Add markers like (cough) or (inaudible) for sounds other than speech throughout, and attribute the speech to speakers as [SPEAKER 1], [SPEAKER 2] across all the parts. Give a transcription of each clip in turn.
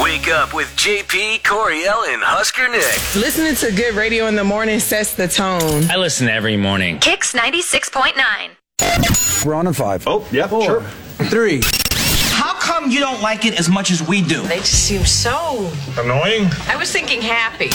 [SPEAKER 1] Wake up with JP, Coriel, and Husker Nick.
[SPEAKER 2] Listening to good radio in the morning sets the tone.
[SPEAKER 3] I listen every morning.
[SPEAKER 4] Kicks 96.9.
[SPEAKER 5] We're on in five.
[SPEAKER 6] Oh, yeah, sure.
[SPEAKER 5] Three.
[SPEAKER 7] How come you don't like it as much as we do?
[SPEAKER 8] They just seem so.
[SPEAKER 6] Annoying.
[SPEAKER 8] I was thinking happy.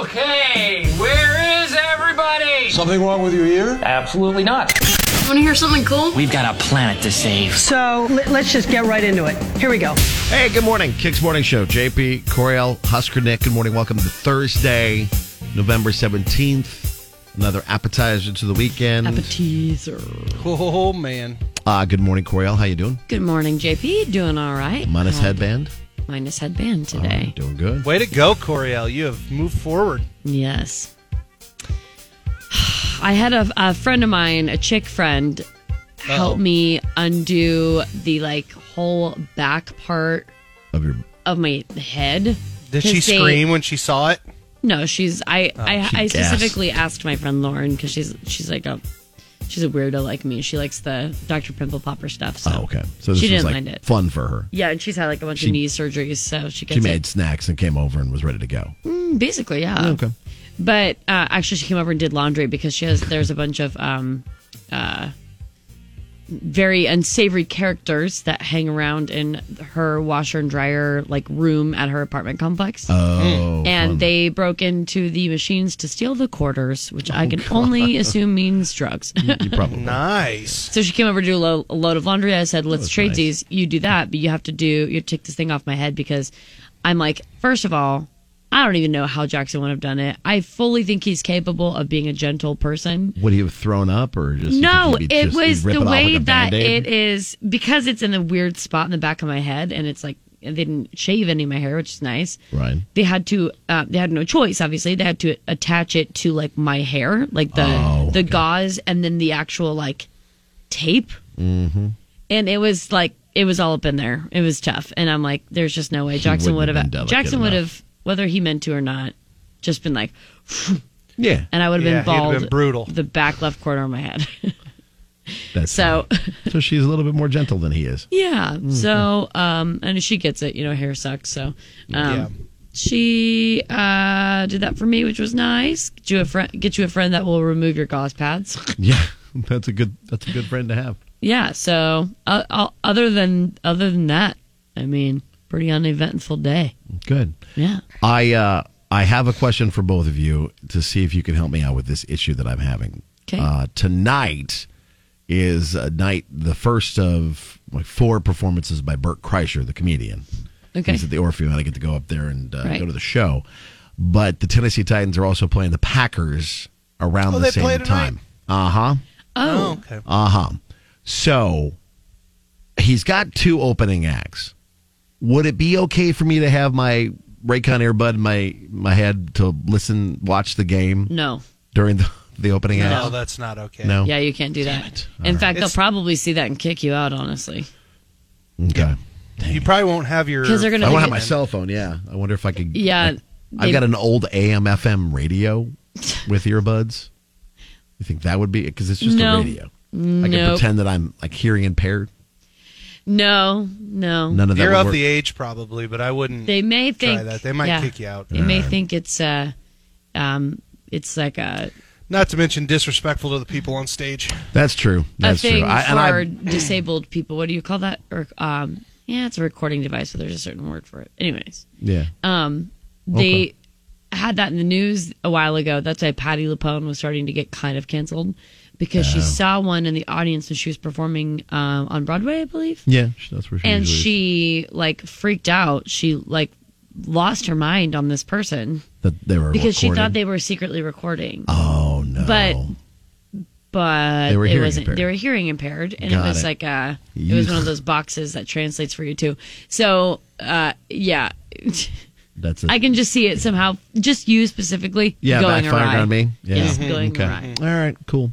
[SPEAKER 9] Okay, where is everybody?
[SPEAKER 5] Something wrong with your ear?
[SPEAKER 9] Absolutely not.
[SPEAKER 10] Want to hear something cool?
[SPEAKER 9] We've got a planet to save.
[SPEAKER 11] So let, us just get right into it. Here we go.
[SPEAKER 12] Hey, good morning. Kicks Morning Show. JP, Coriel, Husker Nick. Good morning. Welcome to Thursday, November 17th. Another appetizer to the weekend.
[SPEAKER 10] Appetizer.
[SPEAKER 13] Oh man.
[SPEAKER 12] Uh, good morning, Coriel. How you doing?
[SPEAKER 10] Good morning, JP. Doing all right.
[SPEAKER 12] Minus
[SPEAKER 10] How-
[SPEAKER 12] headband.
[SPEAKER 10] Minus headband
[SPEAKER 12] All right,
[SPEAKER 10] today.
[SPEAKER 12] doing good.
[SPEAKER 13] Way to go, Coriel. You have moved forward.
[SPEAKER 10] Yes. (sighs) I had a, a friend of mine, a chick friend, help me undo the like whole back part
[SPEAKER 12] Of your
[SPEAKER 10] of my head.
[SPEAKER 13] Did she
[SPEAKER 10] 'Cause they-
[SPEAKER 13] scream when she saw it?
[SPEAKER 10] No, she's. I I,
[SPEAKER 12] Oh, she
[SPEAKER 10] I
[SPEAKER 12] gasped.
[SPEAKER 10] specifically asked my friend Lauren because she's she's like a she's a weirdo like me. She likes the Dr. Pimple Popper stuff. So.
[SPEAKER 12] Oh, okay. So this
[SPEAKER 10] she
[SPEAKER 12] was
[SPEAKER 10] didn't
[SPEAKER 12] like
[SPEAKER 10] mind it.
[SPEAKER 12] fun for her.
[SPEAKER 10] Yeah, and she's had like a bunch
[SPEAKER 12] She-
[SPEAKER 10] of knee surgeries, so she gets
[SPEAKER 12] She
[SPEAKER 10] it.
[SPEAKER 12] made snacks and came over and was ready to
[SPEAKER 10] (laughs)
[SPEAKER 12] go.
[SPEAKER 10] Basically, yeah.
[SPEAKER 12] Okay.
[SPEAKER 10] But uh, actually, she came over and did laundry because she has there's a bunch of um, uh, very unsavory characters that hang around in her washer and dryer like room at her apartment complex.
[SPEAKER 12] Oh,
[SPEAKER 10] and
[SPEAKER 12] fun.
[SPEAKER 10] they broke into the machines to steal the quarters, which
[SPEAKER 12] Oh,
[SPEAKER 10] I can
[SPEAKER 12] (laughs)
[SPEAKER 10] only assume means drugs. (laughs)
[SPEAKER 12] you probably
[SPEAKER 13] Nice.
[SPEAKER 10] so she came over to do a, lo- a load of laundry. I said, "Let's
[SPEAKER 12] was
[SPEAKER 10] trade
[SPEAKER 12] nice.
[SPEAKER 10] these. You do that, but you have to do you have to take this thing off my head because I'm like, first of all, I don't even know how Jackson would have done it. I fully think he's capable of being a gentle person.
[SPEAKER 12] would he have thrown up or just? you
[SPEAKER 10] No,
[SPEAKER 12] think he'd be
[SPEAKER 10] it
[SPEAKER 12] just- he'd
[SPEAKER 10] was
[SPEAKER 12] rip
[SPEAKER 10] the
[SPEAKER 12] off
[SPEAKER 10] way
[SPEAKER 12] like a
[SPEAKER 10] that
[SPEAKER 12] Band-Aid?
[SPEAKER 10] it is because it's in the weird spot in the back of my head, and it's like they didn't shave any of my hair, which is nice.
[SPEAKER 12] Right.
[SPEAKER 10] They had to. Uh, they had no choice. Obviously, they had to attach it to like my hair, like the
[SPEAKER 12] Oh,
[SPEAKER 10] the
[SPEAKER 12] okay.
[SPEAKER 10] gauze, and then the actual like tape. Mm-hmm. And it was like it was all up in there. It was tough, and I'm like, there's just no way Jackson would
[SPEAKER 12] wouldn't have
[SPEAKER 10] have.
[SPEAKER 12] been delicate
[SPEAKER 10] Jackson would
[SPEAKER 12] enough.
[SPEAKER 10] have, whether he meant to or not, just been like,
[SPEAKER 12] Yeah.
[SPEAKER 10] and I would have
[SPEAKER 13] Yeah,
[SPEAKER 10] been
[SPEAKER 13] he'd have
[SPEAKER 10] bald,
[SPEAKER 13] been brutal.
[SPEAKER 10] the back left corner of my head. (laughs)
[SPEAKER 12] That's
[SPEAKER 10] so.
[SPEAKER 12] so she's a little bit more gentle than he is. (laughs)
[SPEAKER 10] Yeah. So, um, and she gets it. You know, hair sucks. So, um,
[SPEAKER 13] Yeah.
[SPEAKER 10] she uh, did that for me, which was nice. Get you a friend. Get you a friend that will remove your gauze pads. (laughs)
[SPEAKER 12] Yeah, that's a good. That's a good friend to have.
[SPEAKER 10] yeah. So, uh, uh, other than other than that, I mean, pretty uneventful day.
[SPEAKER 12] Good.
[SPEAKER 10] Yeah.
[SPEAKER 12] I uh, I have a question for both of you to see if you can help me out with this issue that I'm having.
[SPEAKER 10] 'Kay.
[SPEAKER 12] Uh, tonight is a night the first of like four performances by Burt Kreischer, the comedian.
[SPEAKER 10] Okay.
[SPEAKER 12] He's at the Orpheum, and I get to go up there and uh,
[SPEAKER 10] Right.
[SPEAKER 12] go to the show. But the Tennessee Titans are also playing the Packers around
[SPEAKER 13] Oh,
[SPEAKER 12] the
[SPEAKER 13] they
[SPEAKER 12] same
[SPEAKER 13] play tonight?
[SPEAKER 12] time. Uh huh.
[SPEAKER 10] Oh.
[SPEAKER 13] okay.
[SPEAKER 12] Uh huh. So he's got two opening acts. Would it be okay for me to have my Raycon earbud in my my head to listen, watch the game
[SPEAKER 10] No.
[SPEAKER 12] during the, the opening
[SPEAKER 13] No,
[SPEAKER 12] act?
[SPEAKER 13] that's not okay.
[SPEAKER 12] No.
[SPEAKER 10] Yeah, you can't do
[SPEAKER 12] Damn
[SPEAKER 10] that.
[SPEAKER 12] it. All
[SPEAKER 10] In
[SPEAKER 12] right.
[SPEAKER 10] fact,
[SPEAKER 13] It's-
[SPEAKER 10] they'll probably see that and kick you out, honestly,
[SPEAKER 12] Okay.
[SPEAKER 13] You probably won't have your
[SPEAKER 10] 'Cause they're gonna
[SPEAKER 12] I
[SPEAKER 10] think
[SPEAKER 12] won't have
[SPEAKER 10] it-
[SPEAKER 12] my cell phone. Yeah. I wonder if I could.
[SPEAKER 10] Yeah,
[SPEAKER 12] like, I've
[SPEAKER 10] they-
[SPEAKER 12] got an old AM FM radio with earbuds. You think that would be because it's just
[SPEAKER 10] No.
[SPEAKER 12] a radio? I can
[SPEAKER 10] Nope.
[SPEAKER 12] pretend that I'm like hearing impaired.
[SPEAKER 10] No. No.
[SPEAKER 12] None of that.
[SPEAKER 13] You're
[SPEAKER 12] would
[SPEAKER 13] of
[SPEAKER 12] work.
[SPEAKER 13] the age probably, but I wouldn't
[SPEAKER 10] They may think
[SPEAKER 13] try that. They might
[SPEAKER 10] yeah.
[SPEAKER 13] kick you out.
[SPEAKER 10] They may think it's uh, um, it's like a
[SPEAKER 13] Not to mention disrespectful to the people on stage.
[SPEAKER 12] That's true. That's
[SPEAKER 10] a thing
[SPEAKER 12] true. I,
[SPEAKER 10] for
[SPEAKER 12] and I,
[SPEAKER 10] disabled people. What do you call that? Or um, yeah, it's a recording device, but there's a certain word for it. Anyways,
[SPEAKER 12] yeah.
[SPEAKER 10] um, they had that in the news a while ago. That's why Patty LuPone was starting to get kind of canceled because she saw one in the audience when she was performing um, on Broadway, I believe,
[SPEAKER 12] Yeah, sh- that's where she
[SPEAKER 10] and
[SPEAKER 12] usually is.
[SPEAKER 10] she like freaked out. She like lost her mind on this person
[SPEAKER 12] that they were
[SPEAKER 10] because she thought
[SPEAKER 12] recording.
[SPEAKER 10] they were secretly recording.
[SPEAKER 12] Oh no!
[SPEAKER 10] but but
[SPEAKER 12] They were
[SPEAKER 10] it
[SPEAKER 12] hearing
[SPEAKER 10] wasn't they
[SPEAKER 12] impaired.
[SPEAKER 10] were hearing impaired and
[SPEAKER 12] Got
[SPEAKER 10] it was
[SPEAKER 12] it.
[SPEAKER 10] like uh it was
[SPEAKER 12] Yeesh.
[SPEAKER 10] one of those boxes that translates for you too so uh yeah
[SPEAKER 12] that's it.
[SPEAKER 10] i can just see it somehow just you specifically
[SPEAKER 12] yeah
[SPEAKER 10] going
[SPEAKER 12] backfired
[SPEAKER 10] awry
[SPEAKER 12] on me. Yeah, Mm-hmm.
[SPEAKER 10] yes going
[SPEAKER 12] okay.
[SPEAKER 10] awry
[SPEAKER 12] All right, cool.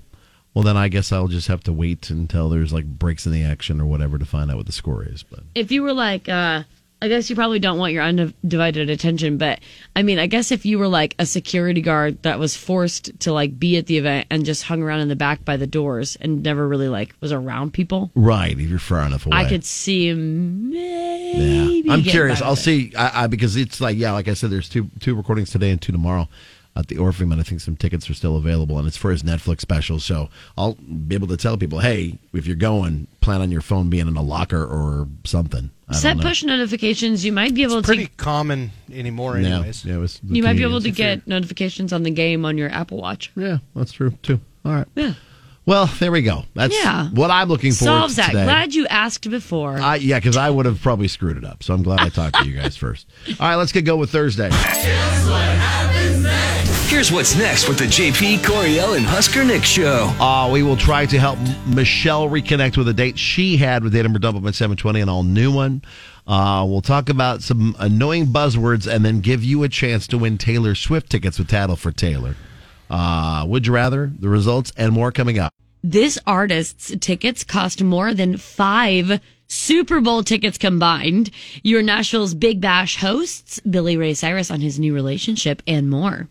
[SPEAKER 12] Well, then I guess I'll just have to wait until there's like breaks in the action or whatever to find out what the score is. But
[SPEAKER 10] if you were like uh I guess you probably don't want your undivided attention, but I mean, I guess if you were like a security guard that was forced to like be at the event and just hung around in the back by the doors and never really like was around people,
[SPEAKER 12] Right, if you're far enough away.
[SPEAKER 10] I could see maybe.
[SPEAKER 12] I'm
[SPEAKER 10] getting
[SPEAKER 12] curious.
[SPEAKER 10] by
[SPEAKER 12] I'll
[SPEAKER 10] with it.
[SPEAKER 12] see. I, I because it's like yeah, like I said, there's two two recordings today and two tomorrow at the Orpheum, and I think some tickets are still available, and it's for his Netflix special. So I'll be able to tell people, hey, if you're going, plan on your phone being in a locker or something. I don't
[SPEAKER 10] Set
[SPEAKER 12] know.
[SPEAKER 10] push notifications. You might be able to
[SPEAKER 13] Pretty common anymore,
[SPEAKER 12] Yeah,
[SPEAKER 13] anyways.
[SPEAKER 12] yeah, it was the
[SPEAKER 10] you might be able
[SPEAKER 12] Canadians.
[SPEAKER 10] to get notifications on the game on your Apple Watch.
[SPEAKER 12] Yeah, that's true too. All right.
[SPEAKER 10] Yeah.
[SPEAKER 12] Well, there we go. That's
[SPEAKER 10] Yeah.
[SPEAKER 12] what I'm looking for.
[SPEAKER 10] Solves that.
[SPEAKER 12] Today.
[SPEAKER 10] Glad you asked before.
[SPEAKER 12] I, yeah, because I would have probably screwed it up. So I'm glad I talked to you
[SPEAKER 10] (laughs)
[SPEAKER 12] guys first. All right, let's get go with Thursday.
[SPEAKER 1] Here's what's next with the JP Coriel and Husker Nick show.
[SPEAKER 12] Uh, we will try to help M- Michelle reconnect with a date she had with Datum Redouble at 720, an all new one. Uh, we'll talk about some annoying buzzwords and then give you a chance to win Taylor Swift tickets with Tattle for Taylor. Uh, would you rather? The results and more coming up.
[SPEAKER 10] this artist's tickets cost more than five Super Bowl tickets combined. Your Nashville's Big Bash hosts Billy Ray Cyrus on his new relationship and more.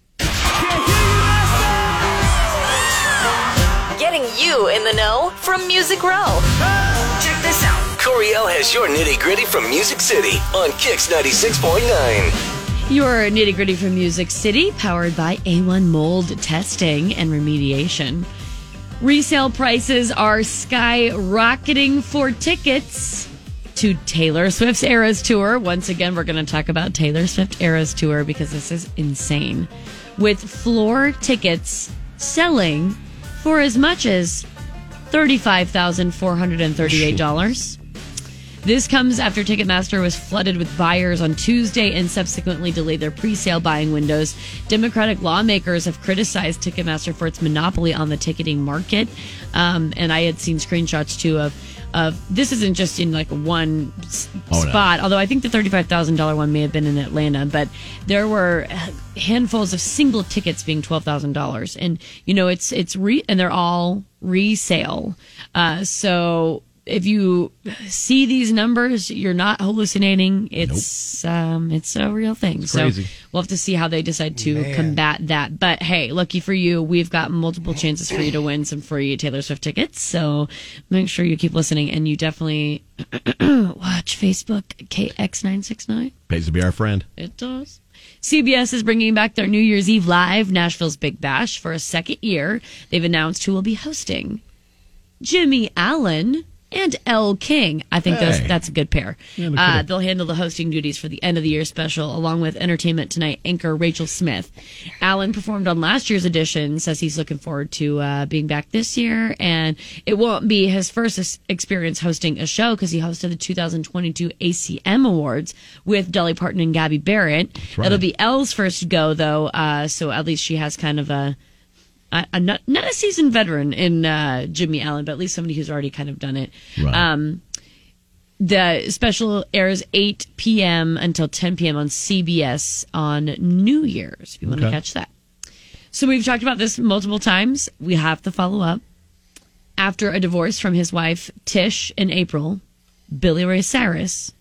[SPEAKER 3] Getting you in the know from Music Row.
[SPEAKER 8] Check this out.
[SPEAKER 1] Coriel has your nitty gritty from Music City on Kix 96.9.
[SPEAKER 10] Your nitty gritty from Music City, powered by A1 mold testing and remediation. Resale prices are skyrocketing for tickets to Taylor Swift's Eras Tour. Once again, we're going to talk about Taylor Swift Eras Tour because this is insane. With floor tickets selling for as much as $35,438. This comes after Ticketmaster was flooded with buyers on Tuesday and subsequently delayed their pre sale buying windows. Democratic lawmakers have criticized Ticketmaster for its monopoly on the ticketing market. Um, and I had seen screenshots too of. Of this isn't just in like one s-
[SPEAKER 12] Oh, no.
[SPEAKER 10] spot, although I think the thirty-five thousand dollar one may have been in Atlanta, but there were uh, handfuls of single tickets being twelve thousand dollars, and you know it's it's re and they're all resale, uh, so if you see these numbers, you're not hallucinating. It's um, it's a real thing.
[SPEAKER 12] crazy.
[SPEAKER 10] So we'll have to see how they decide to combat that. But hey, lucky for you, we've got multiple chances for you to win some free Taylor Swift tickets. So make sure you keep listening, and you definitely watch Facebook KX969.
[SPEAKER 12] Pays to be our friend.
[SPEAKER 10] It does. CBS is bringing back their New Year's Eve Live, Nashville's Big Bash, for a second year. They've announced who will be hosting Jimmy Allen and L. King. I think those,
[SPEAKER 12] Hey.
[SPEAKER 10] that's a good pair. uh, they'll handle the hosting duties for the end of the year special, along with Entertainment Tonight anchor Rachel Smith. Allen performed on last year's edition, says he's looking forward to uh, being back this year, and it won't be his first ex- experience hosting a show because he hosted the 2022 ACM Awards with Dolly Parton and Gabby Barrett. It'll be Elle's first go, though, uh, so at least she has kind of a a, a not, not a seasoned veteran in uh, Jimmy Allen, but at least somebody who's already kind of done it.
[SPEAKER 12] Right.
[SPEAKER 10] Um, the special airs 8 p.m. until 10 p.m. on CBS on New Year's, if you want to
[SPEAKER 12] Okay.
[SPEAKER 10] catch that. So we've talked about this multiple times. We have to follow up. After a divorce from his wife, Tish, in April, Billy Ray Cyrus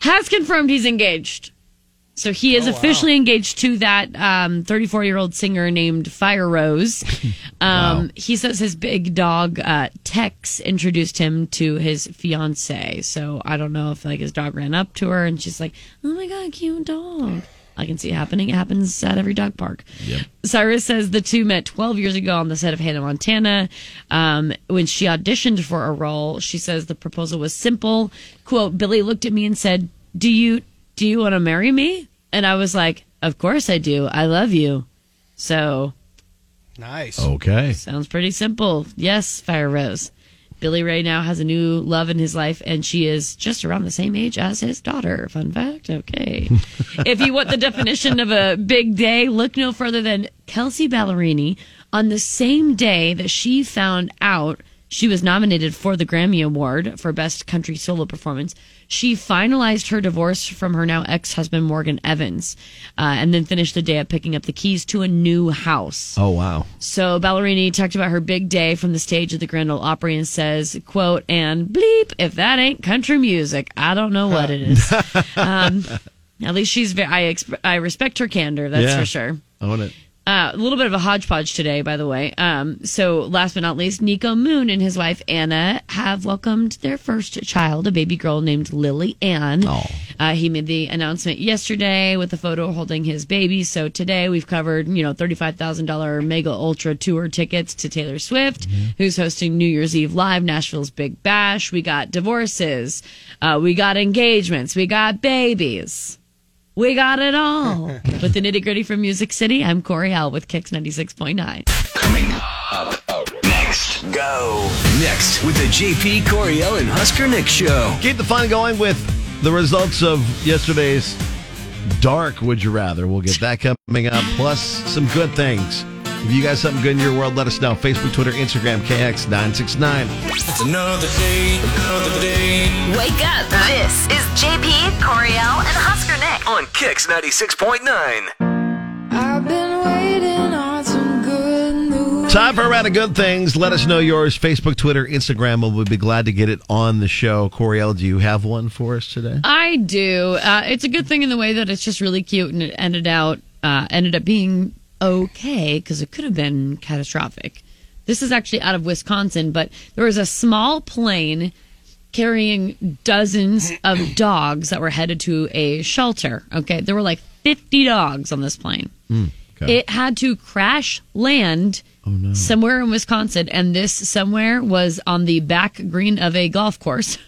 [SPEAKER 10] has confirmed he's engaged. So he is officially engaged to that um, 34-year-old singer named Fire Rose. Um, He says his big dog uh, Tex introduced him to his fiance. So I don't know if like his dog ran up to her and she's like, "Oh my god, cute dog." I can see it happening. It happens at every dog park. Cyrus says the two met 12 years ago on the set of Hannah Montana. Um, when she auditioned for a role, she says the proposal was simple. "Quote: Billy looked at me and said, "Do you do you want to marry me?" And I was like, "Of course I do. I love you." So
[SPEAKER 13] Nice.
[SPEAKER 10] Oh.
[SPEAKER 12] Okay.
[SPEAKER 10] Sounds pretty simple. Yes, Fire Rose. Billy Ray now has a new love in his life, and she is just around the same age as his daughter. Fun fact. Okay. if you want the definition of a big day, look no further than Kelsey Ballerini on the same day that she found out She was nominated for the Grammy Award for Best Country Solo Performance. She finalized her divorce from her now ex husband, Morgan Evans, uh, and then finished the day up picking up the keys to a new house.
[SPEAKER 12] Oh wow.
[SPEAKER 10] So Ballerini talked about her big day from the stage at the Grand Ole Opry and says, "quote and bleep if that ain't country music, I don't know what it is." um, at least she's ve- I exp- I respect her candor. That's
[SPEAKER 12] Yeah.
[SPEAKER 10] for sure.
[SPEAKER 12] Own it.
[SPEAKER 10] Uh, a little bit of a hodgepodge today, by the way. Um, so last but not least, Nico Moon and his wife Anna have welcomed their first child, a baby girl named Lily Ann.
[SPEAKER 12] Oh.
[SPEAKER 10] Uh, he made the announcement yesterday with a photo holding his baby. So today we've covered, you know, thirty-five thousand dollar mega ultra tour tickets to Taylor Swift, who's hosting New Year's Eve live, Nashville's Big Bash. We got divorces, uh, we got engagements, we got babies. We got it all. with the nitty gritty from Music City, I'm Corey Al with Kix 96.9.
[SPEAKER 1] Next. Go. Next with the JP Coriel and Husker Nick show.
[SPEAKER 12] Keep the fun going with the results of yesterday's dark would you rather. We'll get that coming up, plus some good things. If you got something good in your world, let us know. Facebook, Twitter, Instagram, KX969.
[SPEAKER 4] It's another day, another day.
[SPEAKER 3] Wake up. This is JP, Coriel, and Husker Nick.
[SPEAKER 1] On Kix 96.9.
[SPEAKER 6] I've been waiting on some good news.
[SPEAKER 12] Time for a round of good things. Let us know yours. Facebook, Twitter, Instagram, and we'll be glad to get it on the show. Coriel, do you have one for us today?
[SPEAKER 10] I do. Uh, it's a good thing in the way that it's just really cute and it ended out uh, ended up being okay because it could have been catastrophic. This is actually out of Wisconsin, but there was a small plane carrying dozens of dogs that were headed to a shelter. Okay, there were like 50 dogs on this plane. It had to crash land somewhere in Wisconsin, and this somewhere was on the back green of a golf course.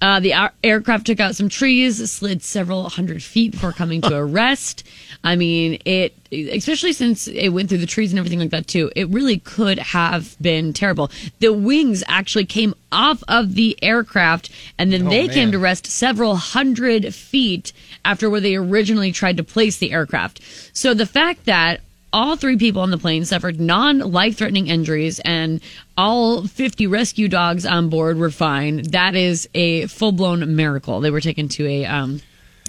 [SPEAKER 10] Uh, the a- aircraft took out some trees, slid several hundred feet before
[SPEAKER 14] (laughs)
[SPEAKER 10] coming to a rest. I mean, it, especially since it went through the trees and everything like that, too, it really could have been terrible. The wings actually came off of the aircraft and then
[SPEAKER 14] Oh,
[SPEAKER 10] they came
[SPEAKER 14] man.
[SPEAKER 10] to rest several hundred feet after where they originally tried to place the aircraft. So the fact that all three people on the plane suffered non life threatening injuries and all 50 rescue dogs on board were fine. That is a full blown miracle. They were taken to a, um,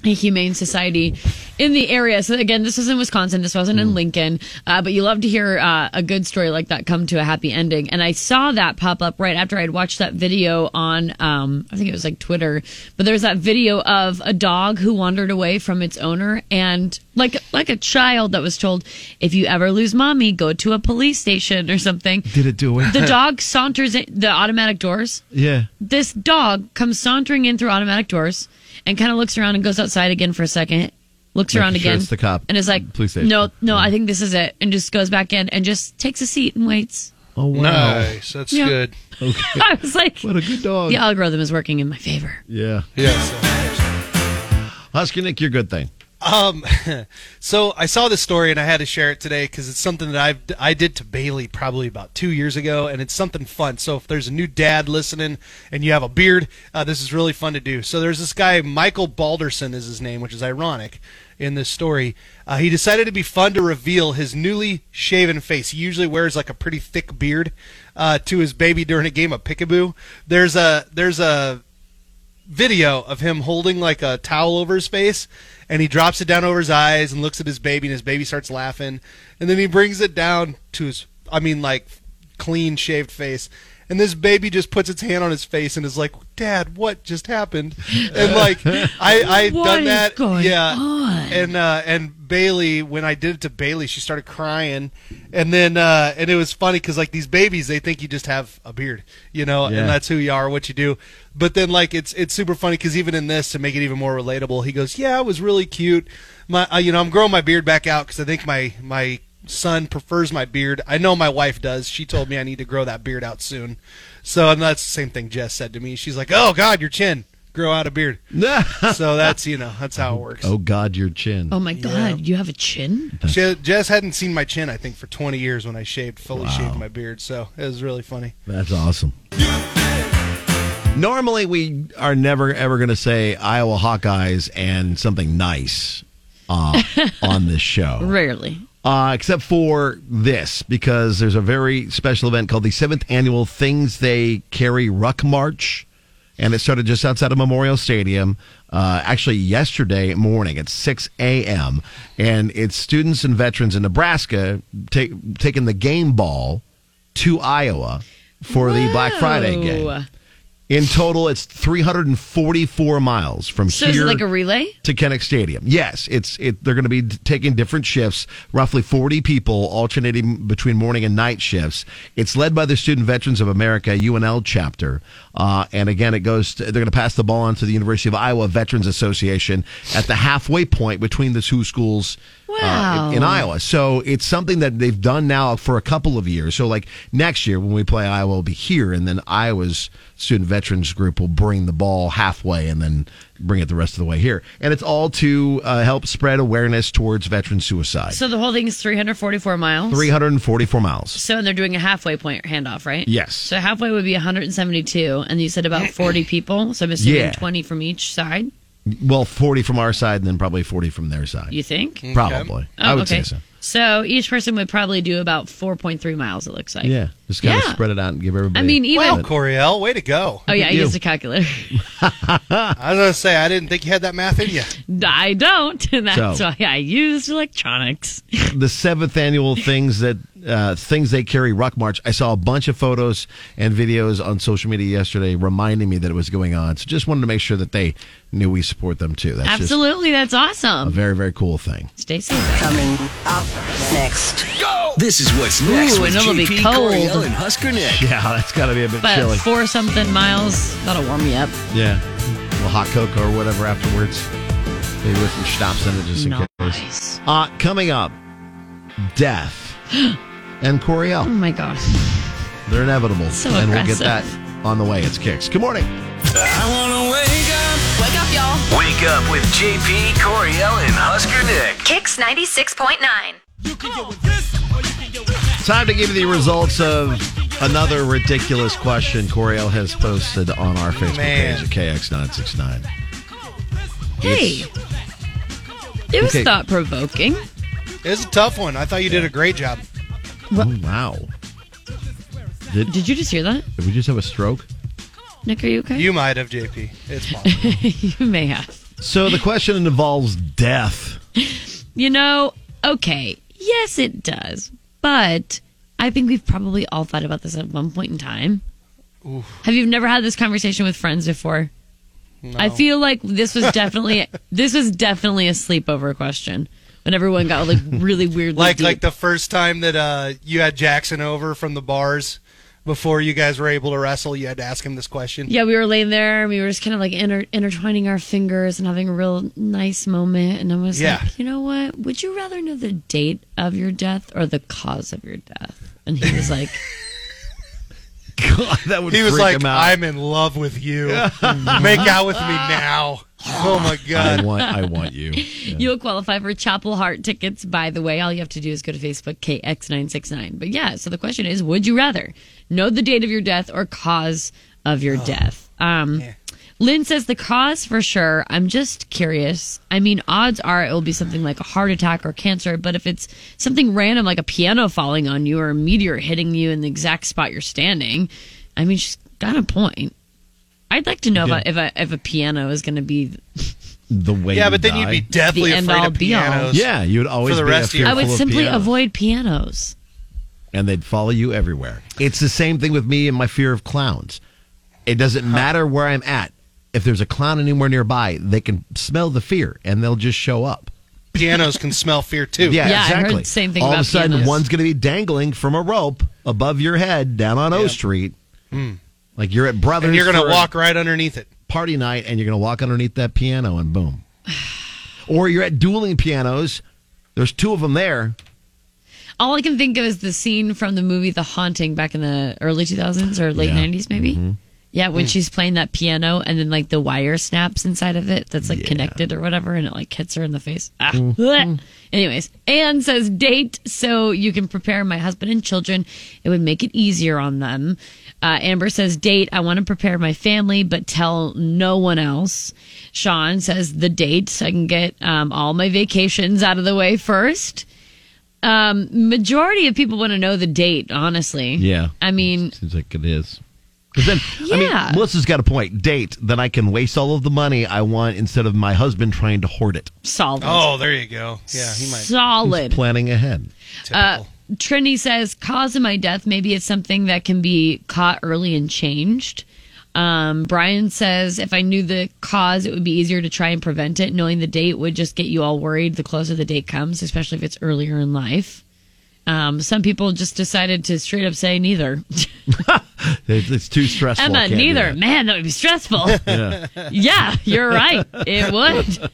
[SPEAKER 10] a humane society in the area. So again, this was in Wisconsin. This wasn't in Lincoln, uh, but you love to hear uh, a good story like that come to a happy ending. And I saw that pop up right after I'd watched that video on, um, I think it was like Twitter, but there's that video of a dog who wandered away from its owner and like, like a child that was told, if you ever lose mommy, go to a police station or something.
[SPEAKER 12] Did it do it?
[SPEAKER 10] The dog saunters in the automatic doors
[SPEAKER 12] Yeah.
[SPEAKER 10] this dog comes sauntering in through automatic doors and kind of looks around and goes outside again for a second, looks
[SPEAKER 12] Making
[SPEAKER 10] around
[SPEAKER 12] sure
[SPEAKER 10] again,
[SPEAKER 12] it's the cop.
[SPEAKER 10] and is like,
[SPEAKER 12] Police station.
[SPEAKER 10] "No, no, I think this is it," and just goes back in and just takes a seat and waits. (laughs)
[SPEAKER 12] Oh, wow.
[SPEAKER 13] Nice. That's
[SPEAKER 10] Yeah.
[SPEAKER 13] good.
[SPEAKER 12] Okay.
[SPEAKER 10] I was like,
[SPEAKER 12] "What a good dog!"
[SPEAKER 10] The algorithm is working in my favor.
[SPEAKER 12] Yeah.
[SPEAKER 13] Yeah.
[SPEAKER 12] Husker Nick, your good thing.
[SPEAKER 13] Um, (laughs) so I saw this story and I had to share it today because it's something that I've I did to Bailey probably about two years ago, and it's something fun. So if there's a new dad listening and you have a beard, uh, this is really fun to do. So there's this guy Michael Balderson is his name, which is ironic in this story. Uh, he decided to be fun to reveal his newly shaven face. He usually wears like a pretty thick beard uh, to his baby during a game of peekaboo. There's a there's a video of him holding like a towel over his face and he drops it down over his eyes and looks at his baby and his baby starts laughing and then he brings it down to his i mean like clean shaved face and this baby just puts its hand on his face and is like dad what just happened and like i i
[SPEAKER 10] What
[SPEAKER 13] done
[SPEAKER 10] is
[SPEAKER 13] that
[SPEAKER 10] going
[SPEAKER 13] yeah
[SPEAKER 10] on?
[SPEAKER 13] and uh and bailey when i did it to bailey she started crying and then uh and it was funny because like these babies they think you just have a beard you know
[SPEAKER 12] Yeah.
[SPEAKER 13] and that's who you are, what you do. But then like it's it's super funny because even in this to make it even more relatable, he goes, "Yeah, it was really cute. My uh, you know I'm growing my beard back out because I think my my son prefers my beard. I know my wife does. She told me I need to grow that beard out soon. So and that's the same thing Jess said to me. She's like, "Oh God, your chin." Grow out a beard. so that's you know that's how it works.
[SPEAKER 12] Oh God, your chin.
[SPEAKER 10] Oh my god, you have a chin.
[SPEAKER 13] She, Jess hadn't seen my chin I think for 20 years when I shaved fully shaved my beard. So it was really funny.
[SPEAKER 12] That's awesome. Normally, we are never ever going to say Iowa Hawkeyes and something nice uh, on this show.
[SPEAKER 10] Rarely.
[SPEAKER 12] uh, except for this, because there's a very special event called the seventh annual Things They Carry Ruck March, and it started just outside of Memorial Stadium. Uh, actually, yesterday morning at 6 a.m., and it's students and veterans in Nebraska ta- taking the game ball to Iowa for the Black Friday game.
[SPEAKER 10] Whoa.
[SPEAKER 12] In total, it's 344 miles from
[SPEAKER 10] So
[SPEAKER 12] here
[SPEAKER 10] is it like a relay?
[SPEAKER 12] to Kenneck Stadium. Yes, it's it. They're going to be d- taking different shifts, roughly 40 people alternating between morning and night shifts. It's led by the Student Veterans of America UNL chapter, uh, and again, it goes. To, they're going to pass the ball on to the University of Iowa Veterans Association at the halfway point between the two schools. uh,
[SPEAKER 10] Wow.
[SPEAKER 12] in, in Iowa, so it's something that they've done now for a couple of years. So, like next year when we play Iowa, will be here, and then Iowa's student veterans group will bring the ball halfway, and then bring it the rest of the way here. And it's all to uh, help spread awareness towards veteran suicide.
[SPEAKER 10] So the whole thing's 344 miles.
[SPEAKER 12] 344 miles.
[SPEAKER 10] So and they're doing a halfway point handoff, right?
[SPEAKER 12] Yes.
[SPEAKER 10] So halfway would be 172, and you said about 40 people. So I'm assuming
[SPEAKER 12] Yeah.
[SPEAKER 10] 20 from each side.
[SPEAKER 12] Well, 40 from our side, and then probably 40 from their side.
[SPEAKER 10] You think?
[SPEAKER 12] Probably. I would say so.
[SPEAKER 10] Oh, So each person would probably do about 4.3 miles. It looks like.
[SPEAKER 12] yeah, just kind
[SPEAKER 10] Yeah.
[SPEAKER 12] of spread it out and give everybody.
[SPEAKER 10] I mean, even-
[SPEAKER 13] Wow, Coriel, way to go!
[SPEAKER 10] Oh yeah, I used a calculator. (laughs)
[SPEAKER 13] I was gonna say I didn't think you had that math in you.
[SPEAKER 10] I don't, (laughs) and that's
[SPEAKER 12] So-
[SPEAKER 10] why I used electronics.
[SPEAKER 12] the seventh annual things that uh, things they carry rock march i saw a bunch of photos and videos on social media yesterday reminding me that it was going on so just wanted to make sure that they knew we support them too that's just
[SPEAKER 10] Absolutely, that's
[SPEAKER 12] a
[SPEAKER 10] awesome.
[SPEAKER 12] very very cool thing
[SPEAKER 10] Stay safe. Coming up next.
[SPEAKER 1] This is what's next
[SPEAKER 10] Ooh,
[SPEAKER 1] with
[SPEAKER 10] and it'll be
[SPEAKER 1] JP
[SPEAKER 10] cold.
[SPEAKER 1] Coriel and Husker Nick.
[SPEAKER 12] yeah that's gotta be a bit
[SPEAKER 10] But
[SPEAKER 12] chilly
[SPEAKER 10] four something miles, that'll warm you up.
[SPEAKER 12] yeah a little hot cocoa or whatever afterwards maybe with some schnapps in it just in case uh, coming up
[SPEAKER 10] (gasps)
[SPEAKER 12] death and coriel oh
[SPEAKER 10] my gosh
[SPEAKER 12] they're inevitable
[SPEAKER 10] So
[SPEAKER 12] and we'll get
[SPEAKER 10] aggressive.
[SPEAKER 12] that on the way it's kicks good morning
[SPEAKER 1] I wanna wake up.
[SPEAKER 8] Wake up, y'all.
[SPEAKER 1] Wake up with JP Coriel and Husker Nick.
[SPEAKER 3] Kicks 96.9.
[SPEAKER 12] Time to give you the results of another ridiculous question Coriel has posted on our Facebook
[SPEAKER 13] Man.
[SPEAKER 12] page at KX969.
[SPEAKER 10] Hey, it was
[SPEAKER 12] Okay.
[SPEAKER 10] thought provoking.
[SPEAKER 13] It's a tough one. I thought you did a great job.
[SPEAKER 12] Oh, wow. Did,
[SPEAKER 10] Did you just hear that?
[SPEAKER 12] did we just have a stroke?
[SPEAKER 10] Nick, are you okay?
[SPEAKER 13] You might have, JP. It's
[SPEAKER 12] (laughs)
[SPEAKER 13] possible.
[SPEAKER 10] (laughs) you may have.
[SPEAKER 12] So the question involves death. (laughs)
[SPEAKER 10] You know, okay, yes, it does, but I think we've probably all thought about this at one point in time.
[SPEAKER 13] Oof.
[SPEAKER 10] Have you never had this conversation with friends before? I feel like this was definitely (laughs) this was definitely a sleepover question. When everyone got like really weirdly
[SPEAKER 13] (laughs) like
[SPEAKER 10] deep.
[SPEAKER 13] like the first time that uh, you had Jackson over from the bars before you guys were able to wrestle, you had to ask him this question.
[SPEAKER 10] Yeah, we were laying there and we were just kind of like inter- intertwining our fingers and having a real nice moment. And I was
[SPEAKER 13] Yeah.
[SPEAKER 10] like, you know what? Would you rather know the date of your death or the cause of your death? And he was like,
[SPEAKER 12] God, that would
[SPEAKER 13] He was
[SPEAKER 12] freak
[SPEAKER 13] like,
[SPEAKER 12] him out.
[SPEAKER 13] "I'm in love with
[SPEAKER 12] (laughs)
[SPEAKER 13] you. Make out with me now." Oh my
[SPEAKER 12] I
[SPEAKER 13] god!
[SPEAKER 12] want, I want
[SPEAKER 13] (laughs)
[SPEAKER 12] you.
[SPEAKER 10] you'll qualify for Chapel Heart tickets. By the way, all you have to do is go to Facebook KX969. But yeah, so the question is, would you rather know the date of your death or cause of
[SPEAKER 12] Oh.
[SPEAKER 10] your death? Um, Lynn says the cause for sure. I'm just curious. I mean, odds are it will be something like a heart attack or cancer, but if it's something random like a piano falling on you or a meteor hitting you in the exact spot you're standing, I mean, she's got a point. I'd like to know
[SPEAKER 12] Yeah.
[SPEAKER 10] about if a, if a piano is going to be
[SPEAKER 12] The way
[SPEAKER 13] Yeah,
[SPEAKER 12] you
[SPEAKER 13] but then you'd
[SPEAKER 12] die.
[SPEAKER 13] be deathly
[SPEAKER 10] The end
[SPEAKER 13] afraid
[SPEAKER 10] all
[SPEAKER 13] of
[SPEAKER 10] be all.
[SPEAKER 13] pianos.
[SPEAKER 12] Yeah, you would always
[SPEAKER 13] the
[SPEAKER 12] be
[SPEAKER 13] rest
[SPEAKER 12] a
[SPEAKER 13] of your-
[SPEAKER 10] I would
[SPEAKER 12] fearful of
[SPEAKER 10] simply
[SPEAKER 12] pianos.
[SPEAKER 10] avoid pianos.
[SPEAKER 12] and they'd follow you everywhere. It's the same thing with me and my fear of clowns. It doesn't matter where I'm at. If there's a clown anywhere nearby, they can smell the fear and they'll just show up.
[SPEAKER 13] Pianos can smell fear too.
[SPEAKER 12] Yeah,
[SPEAKER 10] Yeah, I heard
[SPEAKER 12] exactly.
[SPEAKER 10] the same thing
[SPEAKER 12] All
[SPEAKER 10] about
[SPEAKER 12] of a sudden,
[SPEAKER 10] pianos.
[SPEAKER 12] one's going to be dangling from a rope above your head down on O Street. Like you're at Brothers.
[SPEAKER 13] Hmm. and you're gonna
[SPEAKER 12] for a
[SPEAKER 13] walk right underneath it.
[SPEAKER 12] party night, and you're going to walk underneath that piano, and boom. (sighs) or you're at dueling pianos. There's two of them there.
[SPEAKER 10] All I can think of is the scene from the movie The Haunting back in the early 2000s or late
[SPEAKER 12] Yeah.
[SPEAKER 10] 90s, maybe. Yeah, when she's playing that piano and then like the wire snaps inside of it that's like connected or whatever and it like hits her in the face. Ah. (laughs) Blech. Anyways, Anne says date so you can prepare my husband and children. It would make it easier on them. Uh, Amber says date. I want to prepare my family but tell no one else. Sean says the date so I can get um, all my vacations out of the way first. Um, majority of people want to know the date, honestly.
[SPEAKER 12] Yeah.
[SPEAKER 10] I mean,
[SPEAKER 12] Seems like it is. 'Cause then, I
[SPEAKER 10] Yeah.
[SPEAKER 12] mean, Melissa's got a point. Date, then I can waste all of the money I want instead of my husband trying to hoard it.
[SPEAKER 10] solid.
[SPEAKER 13] Oh, there you go. Yeah, he might.
[SPEAKER 10] Solid.
[SPEAKER 12] He's planning ahead.
[SPEAKER 10] Uh, Trinity says, cause of my death, maybe it's something that can be caught early and changed. Um, Brian says, if I knew the cause, it would be easier to try and prevent it. Knowing the date would just get you all worried the closer the date comes, especially if it's earlier in life. Um, some people just decided to straight up say neither.
[SPEAKER 12] It's, it's too stressful. I
[SPEAKER 10] Emma,
[SPEAKER 12] can't do
[SPEAKER 10] neither.
[SPEAKER 12] that.
[SPEAKER 10] Man, that would be stressful.
[SPEAKER 12] Yeah.
[SPEAKER 10] (laughs) Yeah, you're right. It would.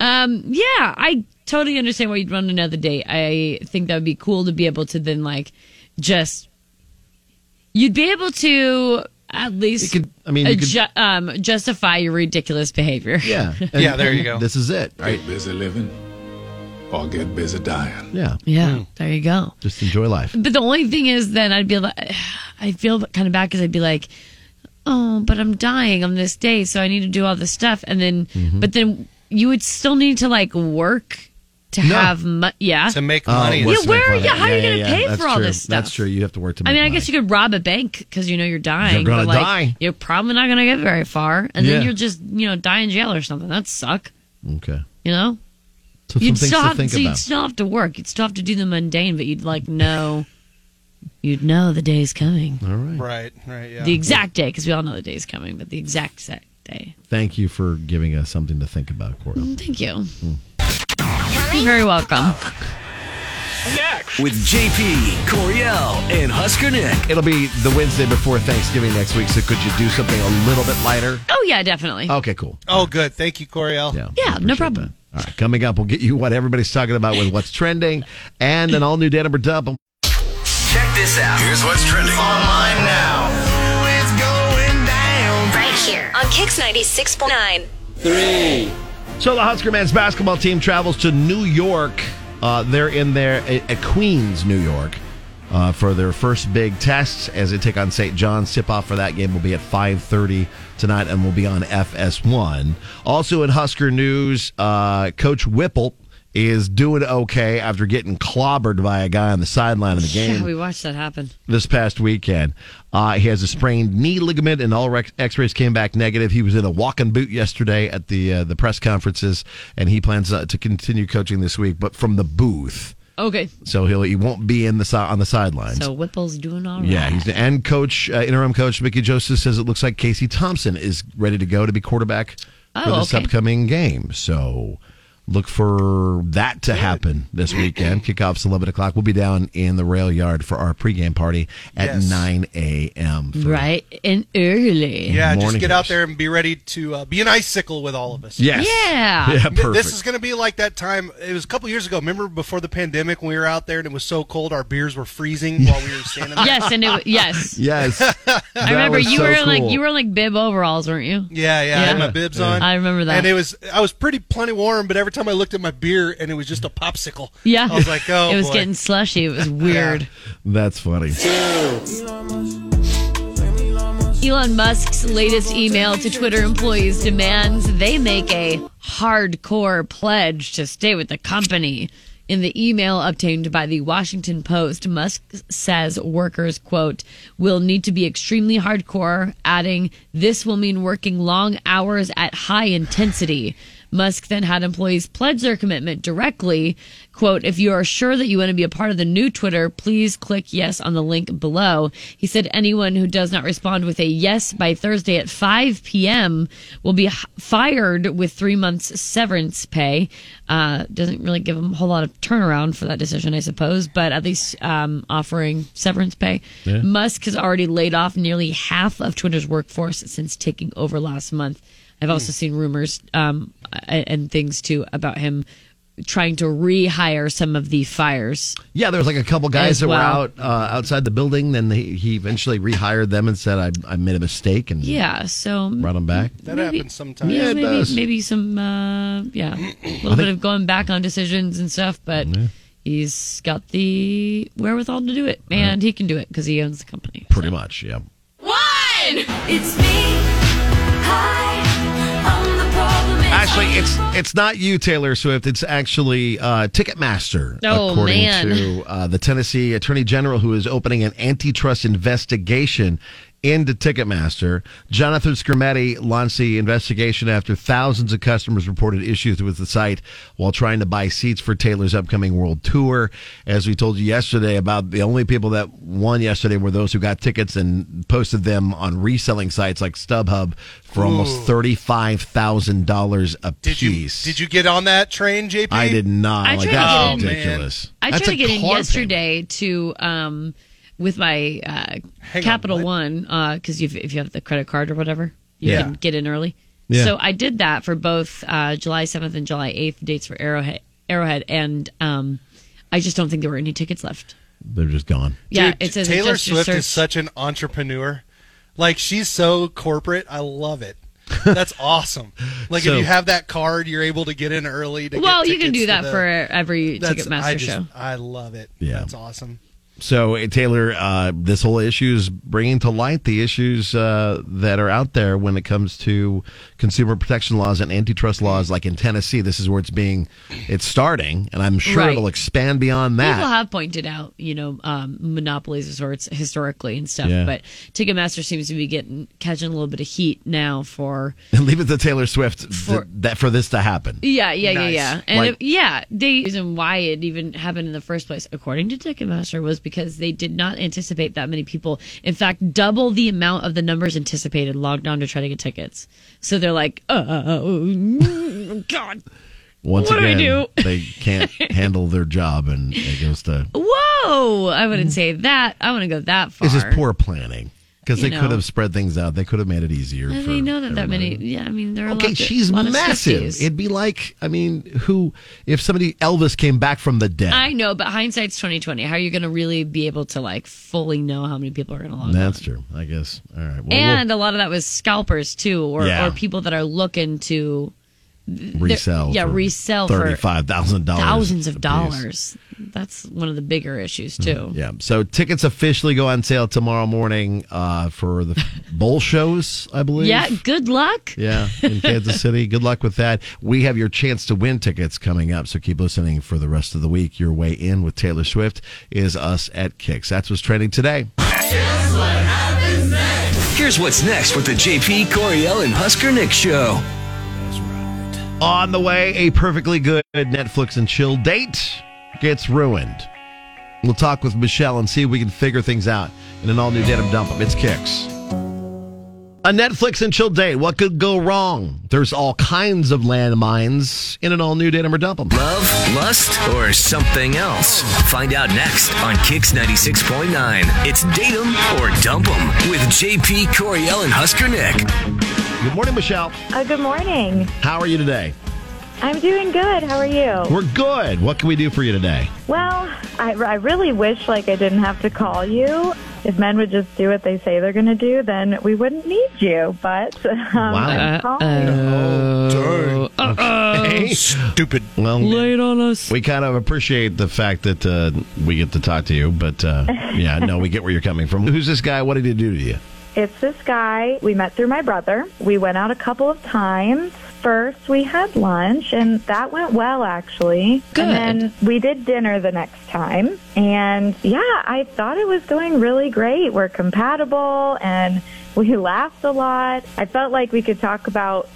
[SPEAKER 10] Um, yeah, I totally understand why you'd run another date. I think that would be cool to be able to then like just you'd be able to at least
[SPEAKER 12] You could- I mean, you could-
[SPEAKER 10] adju- um, justify your ridiculous behavior.
[SPEAKER 12] Yeah.
[SPEAKER 13] (laughs) Yeah, there you go.
[SPEAKER 12] This is it. Right?
[SPEAKER 14] Get busy living or get busy dying.
[SPEAKER 12] Yeah.
[SPEAKER 10] Yeah, there you go.
[SPEAKER 12] Just enjoy life.
[SPEAKER 10] But the only thing is, then I'd be like, (sighs) I feel kind of bad because I'd be like, oh, but I'm dying on this day, so I need to do all this stuff, and then,
[SPEAKER 12] Mm-hmm.
[SPEAKER 10] but then you would still need to like work to
[SPEAKER 12] No.
[SPEAKER 10] have, mo- yeah,
[SPEAKER 13] To make
[SPEAKER 12] Oh,
[SPEAKER 13] money.
[SPEAKER 10] Yeah,
[SPEAKER 12] what's the
[SPEAKER 10] where
[SPEAKER 12] next
[SPEAKER 10] are
[SPEAKER 12] one?
[SPEAKER 10] you? How are you
[SPEAKER 12] Yeah,
[SPEAKER 10] gonna
[SPEAKER 12] yeah,
[SPEAKER 10] pay
[SPEAKER 12] yeah.
[SPEAKER 10] for
[SPEAKER 12] That's
[SPEAKER 10] all
[SPEAKER 12] true.
[SPEAKER 10] this stuff?
[SPEAKER 12] That's true. You have to work to
[SPEAKER 10] I
[SPEAKER 12] make
[SPEAKER 10] mean, I
[SPEAKER 12] money.
[SPEAKER 10] guess you could rob a bank because you know you're dying.
[SPEAKER 12] gonna
[SPEAKER 10] but, like,
[SPEAKER 12] die.
[SPEAKER 10] You're probably not gonna get very far, and
[SPEAKER 12] Yeah.
[SPEAKER 10] then you'll just you know die in jail or something. That'd suck.
[SPEAKER 12] Okay.
[SPEAKER 10] You know,
[SPEAKER 12] So some
[SPEAKER 10] you'd
[SPEAKER 12] things
[SPEAKER 10] still
[SPEAKER 12] to
[SPEAKER 10] have
[SPEAKER 12] think
[SPEAKER 10] so
[SPEAKER 12] about.
[SPEAKER 10] you'd still have to work. You'd still have to do the mundane, but you'd like know, you'd know the day's coming.
[SPEAKER 12] All right.
[SPEAKER 13] Right, right, yeah.
[SPEAKER 10] The exact day, because we all know the day's coming, but the exact set day.
[SPEAKER 12] Thank you for giving us something to think about, Coral.
[SPEAKER 10] Mm, Thank you. You're very welcome.
[SPEAKER 1] With JP, Coriel, and Husker Nick.
[SPEAKER 12] It'll be the Wednesday before Thanksgiving next week, so could you do something a little bit lighter?
[SPEAKER 10] Oh yeah, definitely.
[SPEAKER 12] Okay, cool.
[SPEAKER 13] Oh, good. Thank you, Coriel.
[SPEAKER 12] Yeah.
[SPEAKER 10] yeah, no problem.
[SPEAKER 12] All right, coming up, we'll get you what everybody's talking about with what's trending and an all new Danimer Double.
[SPEAKER 1] Check this out. Here's what's trending online now. It's going down.
[SPEAKER 3] Right here on Kix 96.9.
[SPEAKER 1] Three.
[SPEAKER 12] So the Husker men's basketball team travels to New York. Uh, they're in there at, at Queens, New York, uh, for their first big test as they take on St. John's. Tip off for that game will be at 5:30 tonight, and will be on FS1. Also in Husker news, uh, Coach Whipple is doing okay after getting clobbered by a guy on the sideline of the game
[SPEAKER 10] (laughs) Yeah, we watched that happen.
[SPEAKER 12] this past weekend. Uh, he has a sprained knee ligament, and all rec- X-rays came back negative. He was in a walking boot yesterday at the uh, the press conferences, and he plans uh, to continue coaching this week, but from the booth.
[SPEAKER 10] Okay.
[SPEAKER 12] So he'll he won't be in the si- on the sidelines.
[SPEAKER 10] So Whipple's doing all right.
[SPEAKER 12] yeah, he's and coach uh, interim coach Mickey Joseph says it looks like Casey Thompson is ready to go to be quarterback for
[SPEAKER 10] Oh,
[SPEAKER 12] this
[SPEAKER 10] okay.
[SPEAKER 12] upcoming game. So look for that to happen this
[SPEAKER 10] (clears throat)
[SPEAKER 12] weekend. Kickoff's eleven o'clock. We'll be down in the rail yard for our pregame party at
[SPEAKER 13] Yes.
[SPEAKER 12] nine a.m. for-
[SPEAKER 10] right and early.
[SPEAKER 13] Yeah, just
[SPEAKER 12] Morning
[SPEAKER 13] get
[SPEAKER 12] hairs.
[SPEAKER 13] out there and be ready to uh, be an icicle with all of us.
[SPEAKER 12] Yes.
[SPEAKER 10] Yeah.
[SPEAKER 12] Yeah.
[SPEAKER 13] Th-
[SPEAKER 12] Perfect.
[SPEAKER 13] This is going to be like that time. It was a couple years ago. Remember before the pandemic when we were out there and it was so cold, our beers were freezing while we were
[SPEAKER 10] (laughs)
[SPEAKER 13] standing there?
[SPEAKER 10] (laughs) Yes, and it wa-
[SPEAKER 12] (laughs)
[SPEAKER 10] yes.
[SPEAKER 12] yes. That
[SPEAKER 10] I remember
[SPEAKER 12] was
[SPEAKER 10] you
[SPEAKER 12] so
[SPEAKER 10] were
[SPEAKER 12] cool.
[SPEAKER 10] like you were in, like bib overalls, weren't you?
[SPEAKER 13] Yeah, yeah. I had my bibs on.
[SPEAKER 10] I remember that.
[SPEAKER 13] And it was I was pretty plenty warm, but every time I looked at my beer and it was just a popsicle.
[SPEAKER 10] yeah.
[SPEAKER 13] I was like, oh,
[SPEAKER 10] (laughs) it was
[SPEAKER 13] boy.
[SPEAKER 10] getting slushy. It was weird.
[SPEAKER 12] That's funny.
[SPEAKER 10] Elon Musk's latest email to Twitter employees demands they make a hardcore pledge to stay with the company. In the email obtained by the Washington Post, Musk says workers, quote, will need to be extremely hardcore, adding, this will mean working long hours at high intensity. Musk then had employees pledge their commitment directly. Quote, if you are sure that you want to be a part of the new Twitter, please click yes on the link below. He said anyone who does not respond with a yes by Thursday at 5 p.m. will be h- fired with three months severance pay. Uh, doesn't really give him a whole lot of turnaround for that decision, I suppose, but at least um, offering severance pay.
[SPEAKER 12] Yeah.
[SPEAKER 10] Musk has already laid off nearly half of Twitter's workforce since taking over last month. I've
[SPEAKER 12] Hmm.
[SPEAKER 10] also seen rumors um, a- and things too about him trying to rehire some of the fires.
[SPEAKER 12] Yeah, there was like a couple guys
[SPEAKER 10] As
[SPEAKER 12] that were
[SPEAKER 10] well.
[SPEAKER 12] out uh, outside the building. Then they, he eventually rehired them and said, "I, I made a mistake and
[SPEAKER 10] Yeah, so
[SPEAKER 12] brought them back."
[SPEAKER 13] That happens sometimes.
[SPEAKER 10] yeah,
[SPEAKER 12] it
[SPEAKER 10] maybe
[SPEAKER 12] does.
[SPEAKER 10] maybe some uh,
[SPEAKER 12] (clears throat)
[SPEAKER 10] yeah, a little bit of going back on decisions and stuff, but he's got the wherewithal to do it, and he can do it because he owns the company.
[SPEAKER 12] Pretty much, yeah.
[SPEAKER 8] It's me. Hi. I'm the problem.
[SPEAKER 12] I actually, it's it's not you, Taylor Swift. It's actually uh, Ticketmaster,
[SPEAKER 10] Oh,
[SPEAKER 12] according
[SPEAKER 10] man.
[SPEAKER 12] to uh, the Tennessee Attorney General, who is opening an antitrust investigation into Ticketmaster. Jonathan Schermetti launched the investigation after thousands of customers reported issues with the site while trying to buy seats for Taylor's upcoming world tour. As we told you yesterday, about the only people that won yesterday were those who got tickets and posted them on reselling sites like StubHub for almost
[SPEAKER 13] Ooh.
[SPEAKER 12] thirty-five thousand dollars a
[SPEAKER 13] Did you
[SPEAKER 12] piece.
[SPEAKER 13] did you get on that train, JP?
[SPEAKER 12] I did not.
[SPEAKER 10] I
[SPEAKER 12] like
[SPEAKER 10] tried to
[SPEAKER 12] that's
[SPEAKER 10] get in-
[SPEAKER 12] ridiculous.
[SPEAKER 10] I
[SPEAKER 12] That's
[SPEAKER 10] tried to
[SPEAKER 12] a
[SPEAKER 10] get in
[SPEAKER 12] car payment.
[SPEAKER 10] yesterday to um with my uh, Capital One uh because you if you have the credit card or whatever you
[SPEAKER 12] Yeah.
[SPEAKER 10] can get in early.
[SPEAKER 12] Yeah.
[SPEAKER 10] So I did that for both uh, July 7th and July 8th dates for Arrowhead, Arrowhead, and um, I just don't think there were any tickets left.
[SPEAKER 12] They're just gone.
[SPEAKER 10] Yeah,
[SPEAKER 13] Dude,
[SPEAKER 10] it says
[SPEAKER 13] Taylor
[SPEAKER 10] adjust your
[SPEAKER 13] Swift
[SPEAKER 10] search.
[SPEAKER 13] is such an entrepreneur. Like she's so corporate. I love
[SPEAKER 12] (laughs)
[SPEAKER 13] it. That's awesome. Like
[SPEAKER 12] So-
[SPEAKER 13] if you have that card, you're able to get in early. To
[SPEAKER 10] Well,
[SPEAKER 13] get
[SPEAKER 10] you can
[SPEAKER 13] tickets
[SPEAKER 10] do
[SPEAKER 13] to
[SPEAKER 10] that
[SPEAKER 13] the-
[SPEAKER 10] for every
[SPEAKER 13] That's-
[SPEAKER 10] Ticketmaster
[SPEAKER 13] I just-
[SPEAKER 10] show.
[SPEAKER 13] I love it.
[SPEAKER 12] Yeah.
[SPEAKER 13] that's awesome.
[SPEAKER 12] So eh, Taylor, uh, this whole issue is bringing to light the issues uh, that are out there when it comes to consumer protection laws and antitrust laws. Like in Tennessee, this is where it's being, it's starting, and I'm sure
[SPEAKER 10] Right.
[SPEAKER 12] it'll expand beyond that.
[SPEAKER 10] People have pointed out, you know, um, monopolies of sorts historically and stuff,
[SPEAKER 12] Yeah.
[SPEAKER 10] but Ticketmaster seems to be getting catching a little bit of heat now for
[SPEAKER 12] and leave it to Taylor Swift th- that for this to happen.
[SPEAKER 10] yeah, yeah,
[SPEAKER 12] Nice.
[SPEAKER 10] yeah, yeah, and
[SPEAKER 12] Like-
[SPEAKER 10] if- yeah, the reason why it even happened in the first place, according to Ticketmaster, was because they did not anticipate that many people. In fact, double the amount of the numbers anticipated logged on to try to get tickets. So they're like, uh, oh (laughs) God,
[SPEAKER 12] Once
[SPEAKER 10] What do we
[SPEAKER 12] again,
[SPEAKER 10] do?
[SPEAKER 12] they
[SPEAKER 10] (laughs)
[SPEAKER 12] can't handle their job, and it goes to
[SPEAKER 10] whoa! I wouldn't say that. I wouldn't go that far.
[SPEAKER 12] this is poor planning because
[SPEAKER 10] You
[SPEAKER 12] they could
[SPEAKER 10] know.
[SPEAKER 12] have spread things out. They could have made it easier.
[SPEAKER 10] I
[SPEAKER 12] for
[SPEAKER 10] didn't know that that
[SPEAKER 12] everybody.
[SPEAKER 10] many. Yeah, I mean, there are
[SPEAKER 12] Okay,
[SPEAKER 10] lots of-
[SPEAKER 12] she's
[SPEAKER 10] lot of
[SPEAKER 12] massive.
[SPEAKER 10] 50s.
[SPEAKER 12] It'd be like, I mean, who if somebody Elvis came back from the dead?
[SPEAKER 10] I know, but hindsight's twenty twenty. How are you going to really be able to like fully know how many people are going to log?
[SPEAKER 12] That's true. I guess. All right. Well,
[SPEAKER 10] and a lot of that was scalpers too, or
[SPEAKER 12] Yeah.
[SPEAKER 10] or people that are looking to
[SPEAKER 12] we'll resell.
[SPEAKER 10] yeah,
[SPEAKER 12] for
[SPEAKER 10] resell for
[SPEAKER 12] thirty-five thousand dollars.
[SPEAKER 10] thousands of dollars. That's one of the bigger issues too.
[SPEAKER 12] Yeah. So tickets officially go on sale tomorrow morning uh, for the bowl shows, I believe.
[SPEAKER 10] Yeah, good luck.
[SPEAKER 12] Yeah, in Kansas City. Good luck with that. We have your chance to win tickets coming up, so keep listening for the rest of the week. Your way in with Taylor Swift is us at Kicks. That's what's trending today.
[SPEAKER 1] Here's what's next with the JP Coriel and Husker Nick show.
[SPEAKER 12] On the way, a perfectly good Netflix and chill date gets ruined. We'll talk with Michelle and see if we can figure things out in an all new Denim Dump 'Em. It's Kicks. A Netflix and chill date. What could go wrong? There's all kinds of landmines in an all new Denim or Dump 'Em.
[SPEAKER 1] Love, lust, or something else? Find out next on Kix 96.9. It's Date 'em or Dump 'em with JP Coriel and Husker Nick.
[SPEAKER 12] Good morning, Michelle.
[SPEAKER 15] Uh, good morning.
[SPEAKER 12] How are you today?
[SPEAKER 15] I'm doing good. How are you?
[SPEAKER 12] We're good. What can we do for you today?
[SPEAKER 15] well, I, I really wish like I didn't have to call you. If men would just do what they say they're going to do, then we wouldn't need you. But um, I'm
[SPEAKER 10] Uh,
[SPEAKER 15] calling.
[SPEAKER 12] Uh-oh. Okay. Stupid. Oh, Well,
[SPEAKER 10] Late on us.
[SPEAKER 12] We kind of appreciate the fact that uh, we get to talk to you, but uh, yeah, no, we get where you're coming from. Who's this guy? What did he do to you?
[SPEAKER 15] It's this guy we met through my brother. We went out a couple of times. First, we had lunch, and that went well, actually.
[SPEAKER 10] Good.
[SPEAKER 15] And then we did dinner the next time. And yeah, I thought it was going really great. We're compatible, and we laughed a lot. I felt like we could talk about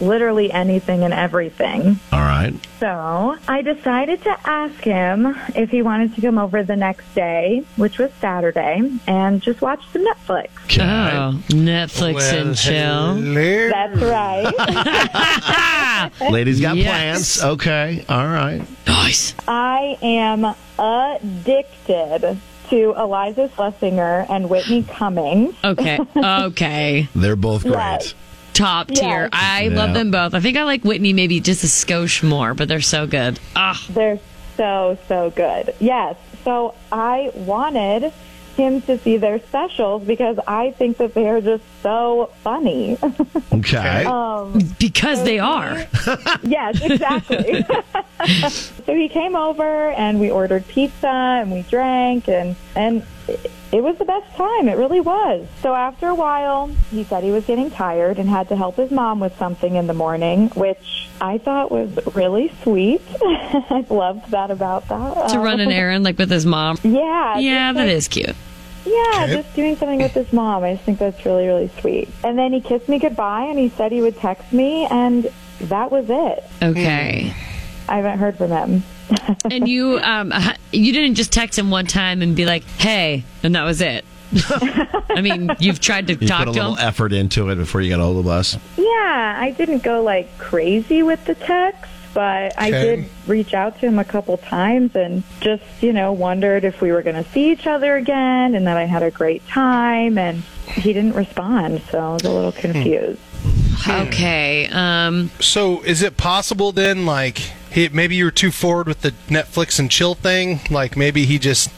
[SPEAKER 15] literally anything and everything.
[SPEAKER 12] All right.
[SPEAKER 15] So I decided to ask him if he wanted to come over the next day, which was Saturday, and just watch some Netflix.
[SPEAKER 10] Oh, Netflix and chill.
[SPEAKER 15] That's right.
[SPEAKER 12] Ladies got
[SPEAKER 15] Yes.
[SPEAKER 12] plans. Okay. All right.
[SPEAKER 10] Nice.
[SPEAKER 15] I am addicted to Eliza Schlesinger and Whitney Cummings. (laughs)
[SPEAKER 10] Okay, okay.
[SPEAKER 12] They're both great.
[SPEAKER 10] Top tier. I love
[SPEAKER 12] Yeah.
[SPEAKER 10] them both. I think I like Whitney maybe just a skosh more, but they're so good. Ah,
[SPEAKER 15] They're so, so good. Yes. So I wanted him to see their specials because I think that they are just so funny. (laughs)
[SPEAKER 12] Okay.
[SPEAKER 15] Um,
[SPEAKER 10] because they are.
[SPEAKER 15] yes, exactly. so he came over and we ordered pizza and we drank and and it was the best time. It really was. So after a while, he said he was getting tired and had to help his mom with something in the morning, which I thought was really sweet. (laughs) I loved that about that.
[SPEAKER 10] (laughs) to run an
[SPEAKER 15] Uh,
[SPEAKER 10] errand like with his mom.
[SPEAKER 15] Yeah.
[SPEAKER 10] Yeah,
[SPEAKER 15] just
[SPEAKER 10] that
[SPEAKER 15] like-
[SPEAKER 10] is cute.
[SPEAKER 15] Yeah,
[SPEAKER 10] Okay.
[SPEAKER 15] just doing something with his mom. I just think that's really, really sweet. And then he kissed me goodbye and he said he would text me, and that was it.
[SPEAKER 10] Okay.
[SPEAKER 15] I haven't heard from him.
[SPEAKER 10] (laughs) and you um h- you didn't just text him one time and be like, "Hey," and that
[SPEAKER 12] (laughs)
[SPEAKER 10] was it. I mean, you've tried to
[SPEAKER 12] You
[SPEAKER 10] talk
[SPEAKER 12] put a
[SPEAKER 10] to
[SPEAKER 12] little
[SPEAKER 10] him.
[SPEAKER 12] effort into it before you got a hold of us.
[SPEAKER 15] Yeah, I didn't go like crazy with the text, but I
[SPEAKER 12] Okay.
[SPEAKER 15] did reach out to him a couple times and just, you know, wondered if we were going to see each other again and that I had a great time. And he didn't respond, so I was a
[SPEAKER 10] Hmm.
[SPEAKER 15] little confused.
[SPEAKER 10] Okay. Um.
[SPEAKER 13] So, is it possible then, like, he, maybe you were too forward with the Netflix and chill thing? Like, maybe he just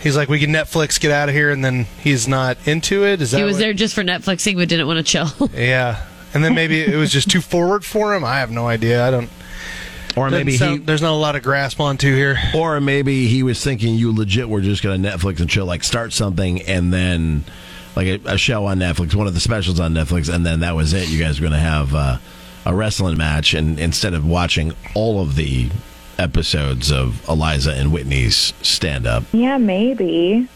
[SPEAKER 13] he's like, we can Netflix, get out of here, and then he's not into it. Is that
[SPEAKER 10] He was
[SPEAKER 13] what-
[SPEAKER 10] there just for Netflixing, but didn't want to chill. (laughs)
[SPEAKER 13] (laughs) Yeah, and then maybe it was just too forward for him. I have no idea. I don't.
[SPEAKER 12] Or
[SPEAKER 13] Doesn't
[SPEAKER 12] maybe he-
[SPEAKER 13] sound- there's not a lot of grasp onto here.
[SPEAKER 12] Or maybe he was thinking you legit were just going to Netflix and chill, like start something and then like a, a show on Netflix, one of the specials on Netflix, and then that was it. You guys were going to have uh, a wrestling match, and instead of watching all of the episodes of Eliza and Whitney's stand up.
[SPEAKER 15] Yeah, maybe.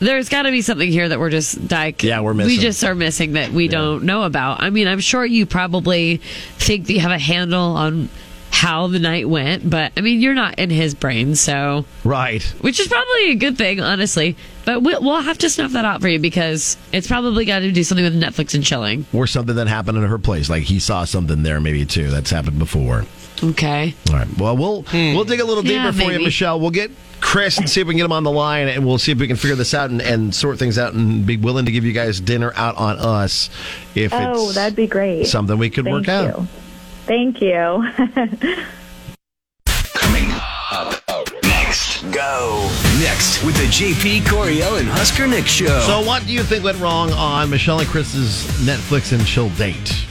[SPEAKER 10] There's got to be something here that we're just like, yeah, we're We
[SPEAKER 12] missing.
[SPEAKER 10] just are missing that we don't know about. I mean, I'm sure you probably think that you have a handle on how the night went, but I mean, you're not in his brain, so
[SPEAKER 12] right,
[SPEAKER 10] which is probably a good thing, honestly. But we'll, we'll have to snuff that out for you because it's probably got to do something with Netflix and chilling.
[SPEAKER 12] Or something that happened in her place. Like he saw something there, maybe too. That's happened before.
[SPEAKER 10] Okay.
[SPEAKER 12] All right. Well, we'll we'll dig a little deeper
[SPEAKER 10] Hmm. Yeah,
[SPEAKER 12] for you,
[SPEAKER 10] maybe.
[SPEAKER 12] Michelle. We'll get Chris and see if we can get him on the line, and we'll see if we can figure this out and, and sort things out, and be willing to give you guys dinner out on us if
[SPEAKER 15] oh,
[SPEAKER 12] it's
[SPEAKER 15] that'd be great.
[SPEAKER 12] something we could work
[SPEAKER 15] Thank
[SPEAKER 12] out.
[SPEAKER 15] you. Thank you.
[SPEAKER 1] Up, up next. Go. Next with the JP Coriel and Husker Nick show.
[SPEAKER 12] So, what do you think went wrong on Michelle and Chris's Netflix and chill date?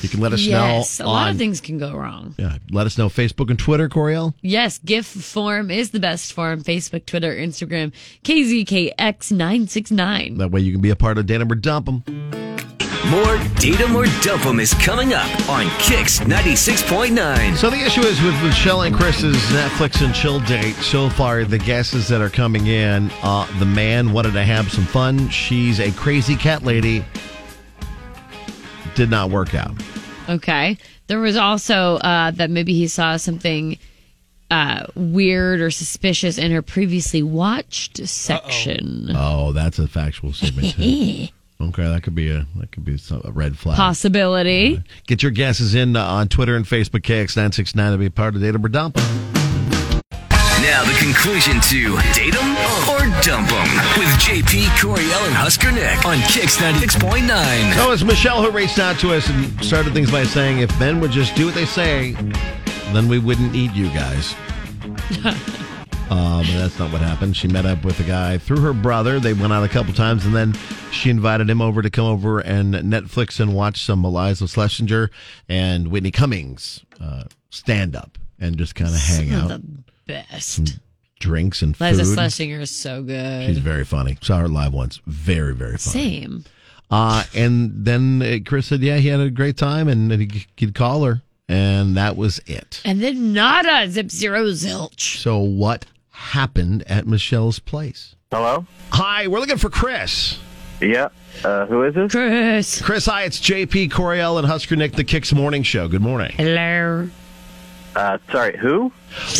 [SPEAKER 12] You can
[SPEAKER 15] (laughs)
[SPEAKER 12] let us
[SPEAKER 10] yes,
[SPEAKER 12] know
[SPEAKER 10] a lot
[SPEAKER 12] on-
[SPEAKER 10] of things can go wrong.
[SPEAKER 12] Yeah, let us know Facebook and Twitter, Coriel.
[SPEAKER 10] Yes, GIF form is the best form. Facebook, Twitter, Instagram, KZKX969.
[SPEAKER 12] That way you can be a part of Datum or Dump 'em.
[SPEAKER 1] More Datum or Dump 'em is coming up on Kix 96.9.
[SPEAKER 12] So the issue is with Michelle and Chris's Netflix and chill date. So far, the guesses that are coming in: uh, the man wanted to have some fun. She's a crazy cat lady. Did not work out.
[SPEAKER 10] Okay. There was also uh, that maybe he saw something uh, weird or suspicious in her previously watched section.
[SPEAKER 12] Oh, that's a factual statement. Too. okay, that could be a that could be some- a red flag.
[SPEAKER 10] Possibility.
[SPEAKER 12] Get your guesses in uh, on Twitter and Facebook KX969 to be part of Datum or Dump 'Em.
[SPEAKER 1] Now the conclusion to Datum or Dump 'em with JP Coriel and Husker Nick on Kix 96.9.
[SPEAKER 12] So it's Michelle who reached out to us and started things by saying, if men would just do what they say, then we wouldn't need you
[SPEAKER 10] (laughs)
[SPEAKER 12] guys. Uh, but that's not what happened. She met up with a guy through her brother. They went out a couple times, and then she invited him over to come over and Netflix and watch some Eliza Schlesinger and Whitney Cummings uh, stand up and just kind of hang
[SPEAKER 10] Some
[SPEAKER 12] out.
[SPEAKER 10] of the best.
[SPEAKER 12] Drinks and
[SPEAKER 10] Liza
[SPEAKER 12] food.
[SPEAKER 10] Schlesinger is so good.
[SPEAKER 12] She's very funny. Saw her live once. Very, very funny.
[SPEAKER 10] Same.
[SPEAKER 12] Uh, and then uh, Chris said, yeah, he had a great time and that he could call her. And that was it.
[SPEAKER 10] And then nada, zip zero zilch.
[SPEAKER 12] So, what happened at Michelle's place?
[SPEAKER 16] Hello?
[SPEAKER 12] Hi, we're looking for Chris.
[SPEAKER 16] Yeah. Uh, who is this?
[SPEAKER 10] Chris.
[SPEAKER 12] Chris, hi, it's JP Coriel and Husker Nick, the Kicks Morning Show. Good morning.
[SPEAKER 10] Hello.
[SPEAKER 16] Uh, sorry, who?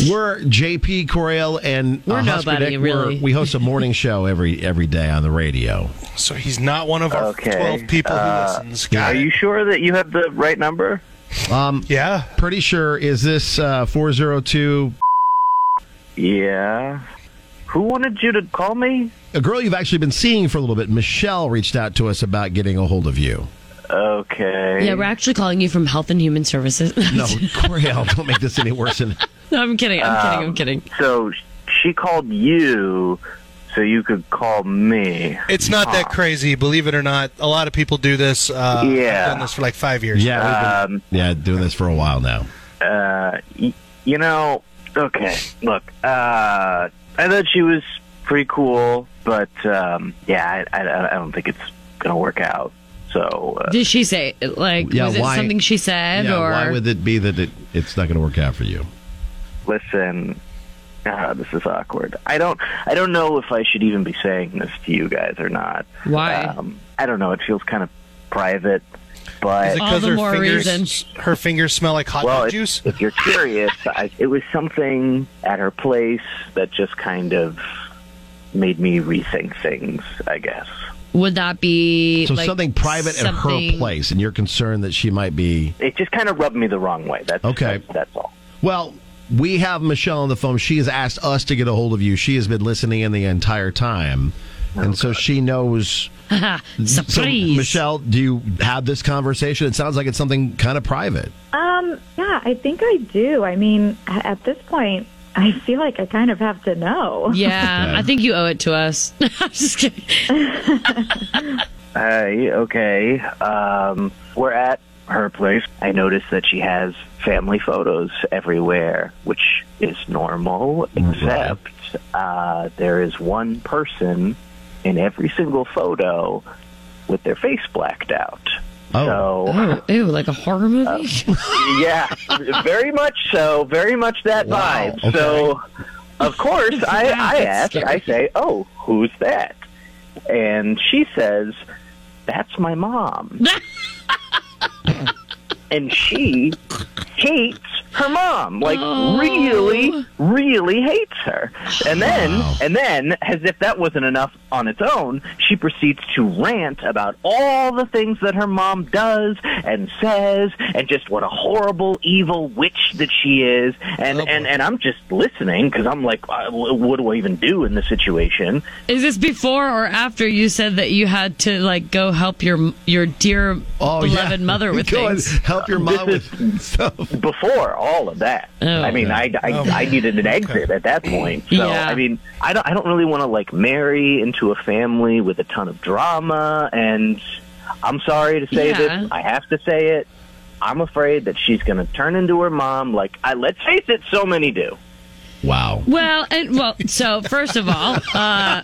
[SPEAKER 12] We're JP Coriel and
[SPEAKER 13] We're
[SPEAKER 12] uh, Husker
[SPEAKER 13] nobody,
[SPEAKER 12] Nick.
[SPEAKER 13] really.
[SPEAKER 12] we host a morning show every every day on the radio.
[SPEAKER 13] So he's not one of our twelve people
[SPEAKER 12] uh,
[SPEAKER 13] who listens.
[SPEAKER 12] are you
[SPEAKER 16] sure that you have the right number?
[SPEAKER 12] Um,
[SPEAKER 13] yeah.
[SPEAKER 12] Pretty sure. Is this uh, 402?
[SPEAKER 16] Yeah. Who wanted you to call me?
[SPEAKER 12] A girl you've actually been seeing for a little bit, Michelle, reached out to us about getting a hold of you.
[SPEAKER 16] Okay.
[SPEAKER 10] Yeah, we're actually calling you from Health and Human Services.
[SPEAKER 12] (laughs)
[SPEAKER 10] (laughs)
[SPEAKER 12] No, Coriel, don't make this any worse. Than,
[SPEAKER 10] no, I'm kidding. I'm kidding. I'm
[SPEAKER 16] Um,
[SPEAKER 10] kidding.
[SPEAKER 16] So sh- she called you so you could call me.
[SPEAKER 13] It's not that crazy, believe it or not. A lot of people do this. Uh, I've
[SPEAKER 16] Yeah.
[SPEAKER 13] done this for like five years.
[SPEAKER 12] yeah, we've
[SPEAKER 10] Um,
[SPEAKER 12] been, yeah, doing this for a while now.
[SPEAKER 16] Uh, y- you know, okay. Look, uh, I thought she was
[SPEAKER 1] pretty cool, but um, yeah, I, I, I don't think it's gonna work out. So uh,
[SPEAKER 10] Did she say like
[SPEAKER 12] Yeah,
[SPEAKER 10] was it
[SPEAKER 12] why-
[SPEAKER 10] something she said
[SPEAKER 12] Yeah,
[SPEAKER 10] or
[SPEAKER 12] why would it be that it, it's not going to work out for you?
[SPEAKER 1] listen, ah, this is awkward. I don't I don't know if I should even be saying this to you guys or not.
[SPEAKER 10] Why?
[SPEAKER 1] Um, I don't know. It feels kind of private, but
[SPEAKER 13] Is it 'cause her fingers, her fingers smell like hot
[SPEAKER 1] well,
[SPEAKER 13] dog
[SPEAKER 1] if,
[SPEAKER 13] juice?
[SPEAKER 1] if you're curious, I, it was something at her place that just kind of made me rethink things, I guess.
[SPEAKER 10] would that be
[SPEAKER 12] So
[SPEAKER 10] like,
[SPEAKER 12] something private at her
[SPEAKER 10] something-
[SPEAKER 12] place, and you're concerned that she might be.
[SPEAKER 1] It just kind of rubbed me the wrong way. That's
[SPEAKER 12] Okay.
[SPEAKER 1] That's, that's all.
[SPEAKER 12] Well, we have Michelle on the phone. She has asked us to get a hold of you. She has been listening in the entire time,
[SPEAKER 1] Oh,
[SPEAKER 12] and so she knows. So,
[SPEAKER 10] (laughs) Surprise.
[SPEAKER 12] Michelle, do you have this conversation? It sounds like it's something kind of private.
[SPEAKER 15] Um, yeah, I think I do. I mean, a- at this point, I feel like I kind of have to know.
[SPEAKER 10] Yeah, Um, I think you owe it to us. I'm just kidding.
[SPEAKER 1] Hey, okay. Um, we're at her place. I noticed that she has family photos everywhere, which is normal,
[SPEAKER 10] Mm-hmm.
[SPEAKER 1] except uh, there is one person in every single photo with their face blacked out. So,
[SPEAKER 10] Oh, ew, like a horror movie?
[SPEAKER 1] yeah, very much so. Very much that vibe. So, of course, I, I ask, I say, oh, who's that? And she says, that's my mom. and she hates her mom. Like, really, really hates her. And then, and then, as if that wasn't enough on its own, she proceeds to rant about all the things that her mom does and says, and just what a horrible, evil witch that she is. And and and I'm just listening because I'm like, uh, wh- what do I even do in this situation?
[SPEAKER 10] Is this before or after you said that you had to like go help your your dear beloved mother with
[SPEAKER 12] Oh, (laughs) Go and
[SPEAKER 10] things?
[SPEAKER 12] help your mom with stuff.
[SPEAKER 10] (laughs)
[SPEAKER 1] Before all of that,
[SPEAKER 10] Oh,
[SPEAKER 1] I mean, I, I,
[SPEAKER 13] Oh.
[SPEAKER 1] I needed an exit at that point. So
[SPEAKER 10] Yeah.
[SPEAKER 1] I mean, I don't I don't really want to like marry into a family with a ton of drama. And I'm sorry to say
[SPEAKER 10] Yeah.
[SPEAKER 1] this, I have to say it. I'm afraid that she's going to turn into her mom. Like, I, let's face it, so many do.
[SPEAKER 12] Wow.
[SPEAKER 10] Well, and well, so first of all, uh,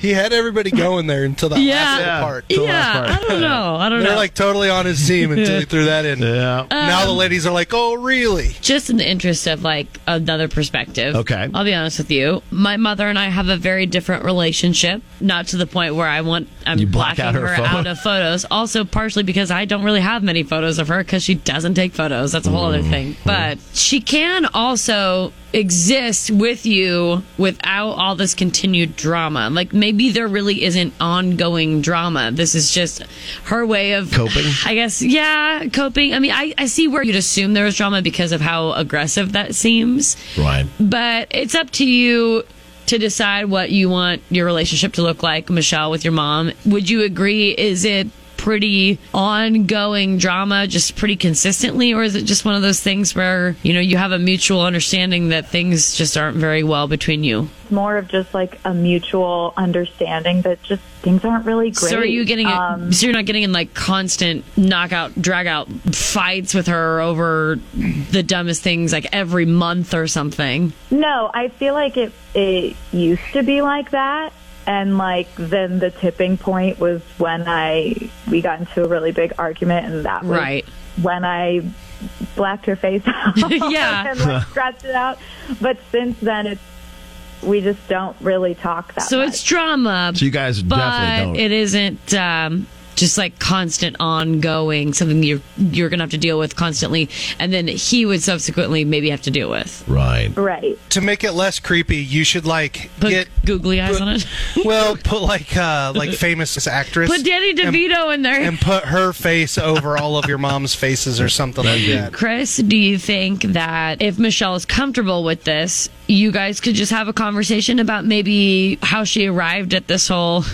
[SPEAKER 13] He had everybody going there until that
[SPEAKER 10] Yeah.
[SPEAKER 13] last
[SPEAKER 10] Yeah.
[SPEAKER 13] little part.
[SPEAKER 10] Yeah, Till the last part. I don't know. I don't
[SPEAKER 13] They're
[SPEAKER 10] know.
[SPEAKER 13] like totally on his team until he threw that in.
[SPEAKER 12] Yeah.
[SPEAKER 13] now the
[SPEAKER 10] Um,
[SPEAKER 13] ladies are like, oh, really?
[SPEAKER 10] just in the interest of like another perspective.
[SPEAKER 13] Okay.
[SPEAKER 10] I'll be honest with you. My mother and I have a very different relationship. Not to the point where I want I'm
[SPEAKER 12] You black
[SPEAKER 10] blacking
[SPEAKER 12] out her
[SPEAKER 10] her,
[SPEAKER 12] photo.
[SPEAKER 10] out of photos. Also, partially because I don't really have many photos of her because she doesn't take photos. That's a whole other thing. But she can also exist with you without all this continued drama. Like maybe there really isn't ongoing drama. This is just her way of
[SPEAKER 12] Coping?
[SPEAKER 10] I guess, yeah, coping. I mean, I, I see where you'd assume there was drama because of how aggressive that seems,
[SPEAKER 12] Right.
[SPEAKER 10] but it's up to you to decide what you want your relationship to look like, Michelle, with your mom. Would you agree? Is it pretty ongoing drama, just pretty consistently, or is it just one of those things where, you know, you have a mutual understanding that things just aren't very well between you?
[SPEAKER 15] It's more of just like a mutual understanding that just things aren't really great.
[SPEAKER 10] So are you getting?
[SPEAKER 15] Um,
[SPEAKER 10] so you're not getting in like constant knockout, drag out fights with her over the dumbest things, like every month or something.
[SPEAKER 15] No, I feel like it it used to be like that and like then the tipping point was when I we got into a really big argument and that was
[SPEAKER 10] Right.
[SPEAKER 15] when I blacked her face (laughs) out
[SPEAKER 10] (laughs) Yeah.
[SPEAKER 15] and
[SPEAKER 12] (laughs)
[SPEAKER 15] like, scratched it out. But since then it's we just don't really talk that
[SPEAKER 10] So
[SPEAKER 15] much.
[SPEAKER 10] it's drama.
[SPEAKER 12] So you guys
[SPEAKER 10] but
[SPEAKER 12] definitely don't.
[SPEAKER 10] it isn't um, just like constant, ongoing something you're you're gonna have to deal with constantly, and then he would subsequently maybe have to deal with.
[SPEAKER 12] Right.
[SPEAKER 15] Right.
[SPEAKER 13] To make it less creepy, you should like
[SPEAKER 10] Put
[SPEAKER 13] get
[SPEAKER 10] googly eyes on it.
[SPEAKER 13] (laughs) well, put like uh like famous actress.
[SPEAKER 10] Put Danny
[SPEAKER 13] and-
[SPEAKER 10] DeVito in there.
[SPEAKER 13] and put her face over all of your mom's faces or something like that.
[SPEAKER 10] Chris, do you think that if Michelle is comfortable with this, you guys could just have a conversation about maybe how she arrived at this whole (laughs)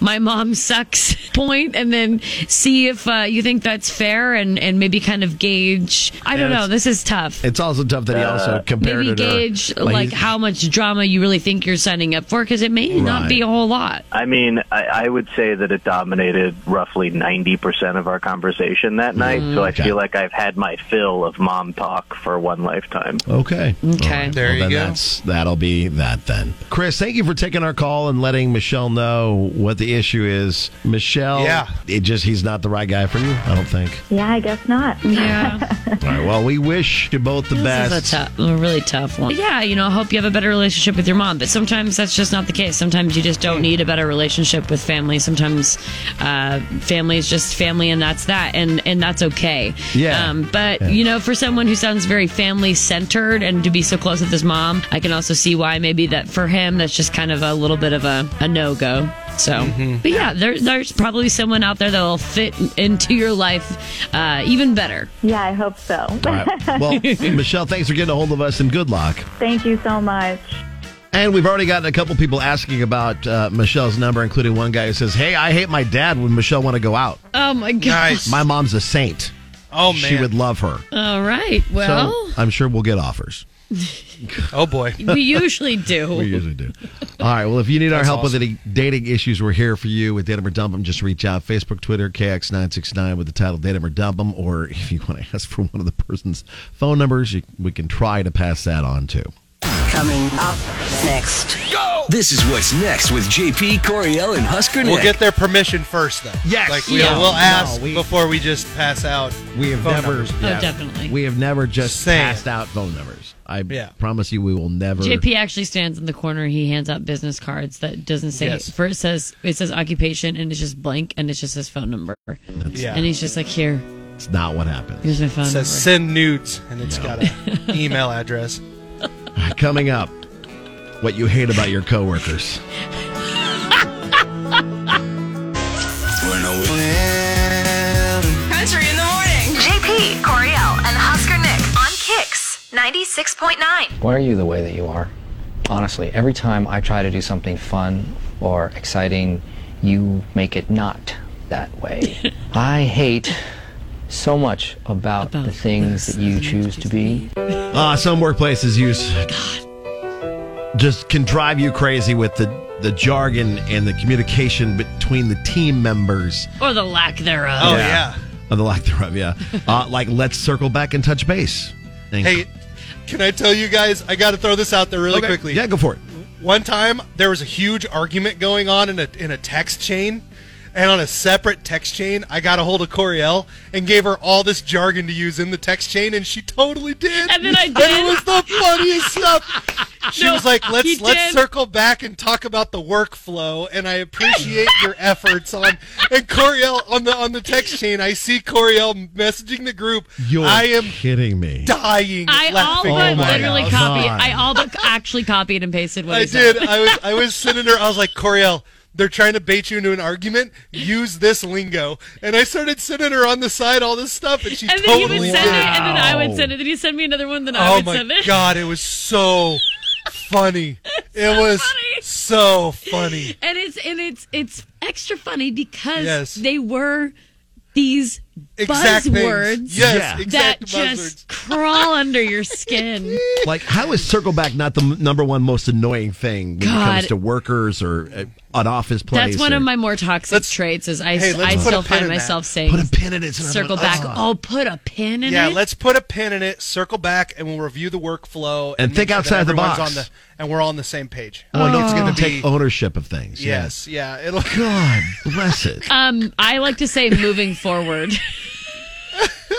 [SPEAKER 10] my mom sucks (laughs) point and then see if uh, you think that's fair and, and maybe kind of gauge. I don't
[SPEAKER 12] Yeah,
[SPEAKER 10] know. This is tough.
[SPEAKER 12] It's also tough that he also
[SPEAKER 15] Uh,
[SPEAKER 12] compared
[SPEAKER 10] maybe
[SPEAKER 12] it to-
[SPEAKER 10] gauge
[SPEAKER 12] well,
[SPEAKER 10] like
[SPEAKER 12] he's-
[SPEAKER 10] how much drama you really think you're signing up for because it may not
[SPEAKER 16] Right.
[SPEAKER 10] be a whole lot.
[SPEAKER 16] I mean, I, I would say that it dominated roughly 90% of our conversation
[SPEAKER 10] Mm.
[SPEAKER 16] that night, so I
[SPEAKER 12] Okay.
[SPEAKER 16] feel like I've had my fill of mom talk for one lifetime.
[SPEAKER 12] Okay.
[SPEAKER 10] Okay.
[SPEAKER 12] There you go. That's, that'll be that then. Chris, thank you for taking our call and letting Michelle know what the issue is. Michelle,
[SPEAKER 13] Yeah.
[SPEAKER 12] it just he's not the right guy for you. I don't think.
[SPEAKER 15] Yeah, I guess not.
[SPEAKER 10] Yeah.
[SPEAKER 12] (laughs) All right. Well, we wish you both the best.
[SPEAKER 10] This is a, tough, a really tough one. Yeah, you know, I hope you have a better relationship with your mom, but sometimes that's just not the case. Sometimes you just don't need a better relationship with family. Sometimes uh, family is just family, and that's that, and and that's okay.
[SPEAKER 17] Yeah.
[SPEAKER 10] Um, but you know, for someone who sounds very family centered and to be so close with his mom, I can also see why maybe that for him that's just kind of a little bit of a, a no go. So, but yeah, there, there's probably someone out there that'll fit into your life uh, even better.
[SPEAKER 15] Yeah, I hope so.
[SPEAKER 12] All
[SPEAKER 10] (laughs)
[SPEAKER 12] right. Well, Michelle, thanks for getting a hold of us and good luck.
[SPEAKER 15] Thank you so much.
[SPEAKER 12] And we've already gotten a couple people asking about uh, Michelle's number, including one guy who says, "Hey, I hate my dad when Michelle want to go out.
[SPEAKER 10] Oh my gosh.
[SPEAKER 12] My mom's a saint.
[SPEAKER 13] Oh
[SPEAKER 12] she would love her.
[SPEAKER 10] All right. Well,
[SPEAKER 12] so I'm sure we'll get offers.
[SPEAKER 13] oh boy,
[SPEAKER 10] we usually do.
[SPEAKER 12] We usually do. All right. Well, if you need our
[SPEAKER 13] That's
[SPEAKER 12] help with
[SPEAKER 13] awesome.
[SPEAKER 12] any dating issues, we're here for you with Datum or Dump 'Em. Just reach out Facebook, Twitter, KX969 with the title Datum or Dump 'Em. Or if you want to ask for one of the person's phone numbers, you, we can try to pass that on too.
[SPEAKER 1] Coming up next. Go! This is what's next with JP, Coriel, and Husker Nick.
[SPEAKER 13] We'll get their permission first, though.
[SPEAKER 1] Yes.
[SPEAKER 13] like we,
[SPEAKER 1] Yeah.
[SPEAKER 13] will ask
[SPEAKER 1] No, we-
[SPEAKER 13] before we just pass out.
[SPEAKER 12] We have
[SPEAKER 13] phone
[SPEAKER 12] never,
[SPEAKER 13] numbers.
[SPEAKER 12] yeah, We have never just
[SPEAKER 13] Saying.
[SPEAKER 12] passed out phone numbers. I
[SPEAKER 13] Yeah.
[SPEAKER 12] promise you, we will never.
[SPEAKER 10] JP actually stands in the corner. He hands out business cards that doesn't say
[SPEAKER 12] Yes.
[SPEAKER 10] first says it says occupation and it's just blank and it's just his phone number.
[SPEAKER 13] Yeah.
[SPEAKER 10] And he's just like here.
[SPEAKER 12] It's not what happened.
[SPEAKER 10] Here's my phone
[SPEAKER 13] It
[SPEAKER 10] number.
[SPEAKER 13] says send nudes, and it's got
[SPEAKER 12] (laughs)
[SPEAKER 13] an email address.
[SPEAKER 12] Coming up, what you hate about your coworkers.
[SPEAKER 8] Country in the morning.
[SPEAKER 3] JP, Coriel, and Husker Nick on Kicks 96.9.
[SPEAKER 18] Why are you the way that you are? Honestly, every time I try to do something fun or exciting, you make it not that
[SPEAKER 10] (laughs)
[SPEAKER 18] way. I hate so much about, the things that you choose to be.
[SPEAKER 12] Uh, some workplaces use
[SPEAKER 10] Oh
[SPEAKER 12] just can drive you crazy with the, the jargon and the communication between the team members.
[SPEAKER 10] or the lack thereof.
[SPEAKER 13] Oh,
[SPEAKER 12] Of the lack thereof,
[SPEAKER 10] (laughs)
[SPEAKER 12] yeah. uh, like, let's circle back and touch base. Thank-
[SPEAKER 13] Hey, can I tell you guys? I got to throw this out there really
[SPEAKER 12] Okay.
[SPEAKER 13] quickly.
[SPEAKER 12] Yeah, go for it.
[SPEAKER 13] One time, there was a huge argument going on in a in a text chain, and on a separate text chain, I got a hold of Coriel and gave her all this jargon to use in the text chain, and she totally did.
[SPEAKER 10] And then I
[SPEAKER 13] it
[SPEAKER 10] did.
[SPEAKER 13] was the funniest stuff. She
[SPEAKER 10] No,
[SPEAKER 13] was like,
[SPEAKER 10] you
[SPEAKER 13] "Let's let's
[SPEAKER 10] did.
[SPEAKER 13] circle back and talk about the workflow," and I appreciate your efforts on. (laughs) And Coriel on the on the text chain, I see Coriel messaging the group.
[SPEAKER 12] You're
[SPEAKER 13] I am
[SPEAKER 12] kidding me.
[SPEAKER 13] dying.
[SPEAKER 10] I all
[SPEAKER 13] laughing
[SPEAKER 10] but
[SPEAKER 13] at Oh my
[SPEAKER 10] literally
[SPEAKER 13] house.
[SPEAKER 10] copied. I all but actually copied and pasted what
[SPEAKER 13] I
[SPEAKER 10] he said.
[SPEAKER 13] did. I was I was sending her. I was like, Coriel, they're trying to bait you into an argument. Use this lingo. And I started sending her on the side all this stuff, and she
[SPEAKER 10] and then
[SPEAKER 13] totally
[SPEAKER 10] he would send
[SPEAKER 13] did.
[SPEAKER 10] it, and then I would send it. Then he'd send me another one, then I
[SPEAKER 13] Oh
[SPEAKER 10] would
[SPEAKER 13] my
[SPEAKER 10] send it.
[SPEAKER 13] god, it was so
[SPEAKER 10] (laughs)
[SPEAKER 13] funny. it was so funny.
[SPEAKER 10] And it's and it's it's extra funny because
[SPEAKER 13] Yes.
[SPEAKER 10] they were these
[SPEAKER 13] Exact things.
[SPEAKER 10] buzzwords
[SPEAKER 13] Yes, Yeah. exact
[SPEAKER 10] that just crawl under
[SPEAKER 13] (laughs)
[SPEAKER 10] your skin.
[SPEAKER 12] Like, how is circle back not the m- number one most annoying thing when it
[SPEAKER 10] God.
[SPEAKER 12] comes to workers or uh, an office place?
[SPEAKER 10] That's one
[SPEAKER 12] or-
[SPEAKER 10] of my more toxic traits. Is I,
[SPEAKER 12] hey, let's
[SPEAKER 10] I
[SPEAKER 12] put a
[SPEAKER 10] still
[SPEAKER 12] pin
[SPEAKER 10] find
[SPEAKER 12] in that.
[SPEAKER 10] myself saying
[SPEAKER 12] Put a pin in it. It's another
[SPEAKER 10] Circle
[SPEAKER 12] one.
[SPEAKER 10] back.
[SPEAKER 12] Ugh.
[SPEAKER 10] Oh, put a pin in
[SPEAKER 13] yeah,
[SPEAKER 10] it.
[SPEAKER 13] let's put a pin in it. Circle back, and we'll review the workflow
[SPEAKER 12] And
[SPEAKER 13] make
[SPEAKER 12] think
[SPEAKER 13] sure that
[SPEAKER 12] outside the
[SPEAKER 13] everyone's
[SPEAKER 12] box.
[SPEAKER 13] On the, and we're all on the same page.
[SPEAKER 12] Like, it's going
[SPEAKER 13] gonna
[SPEAKER 12] to take ownership of things. yeah.
[SPEAKER 13] Yes, yeah. It'll
[SPEAKER 12] God bless
[SPEAKER 10] (laughs)
[SPEAKER 12] it.
[SPEAKER 10] Um, I like to say moving
[SPEAKER 13] (laughs)
[SPEAKER 10] forward.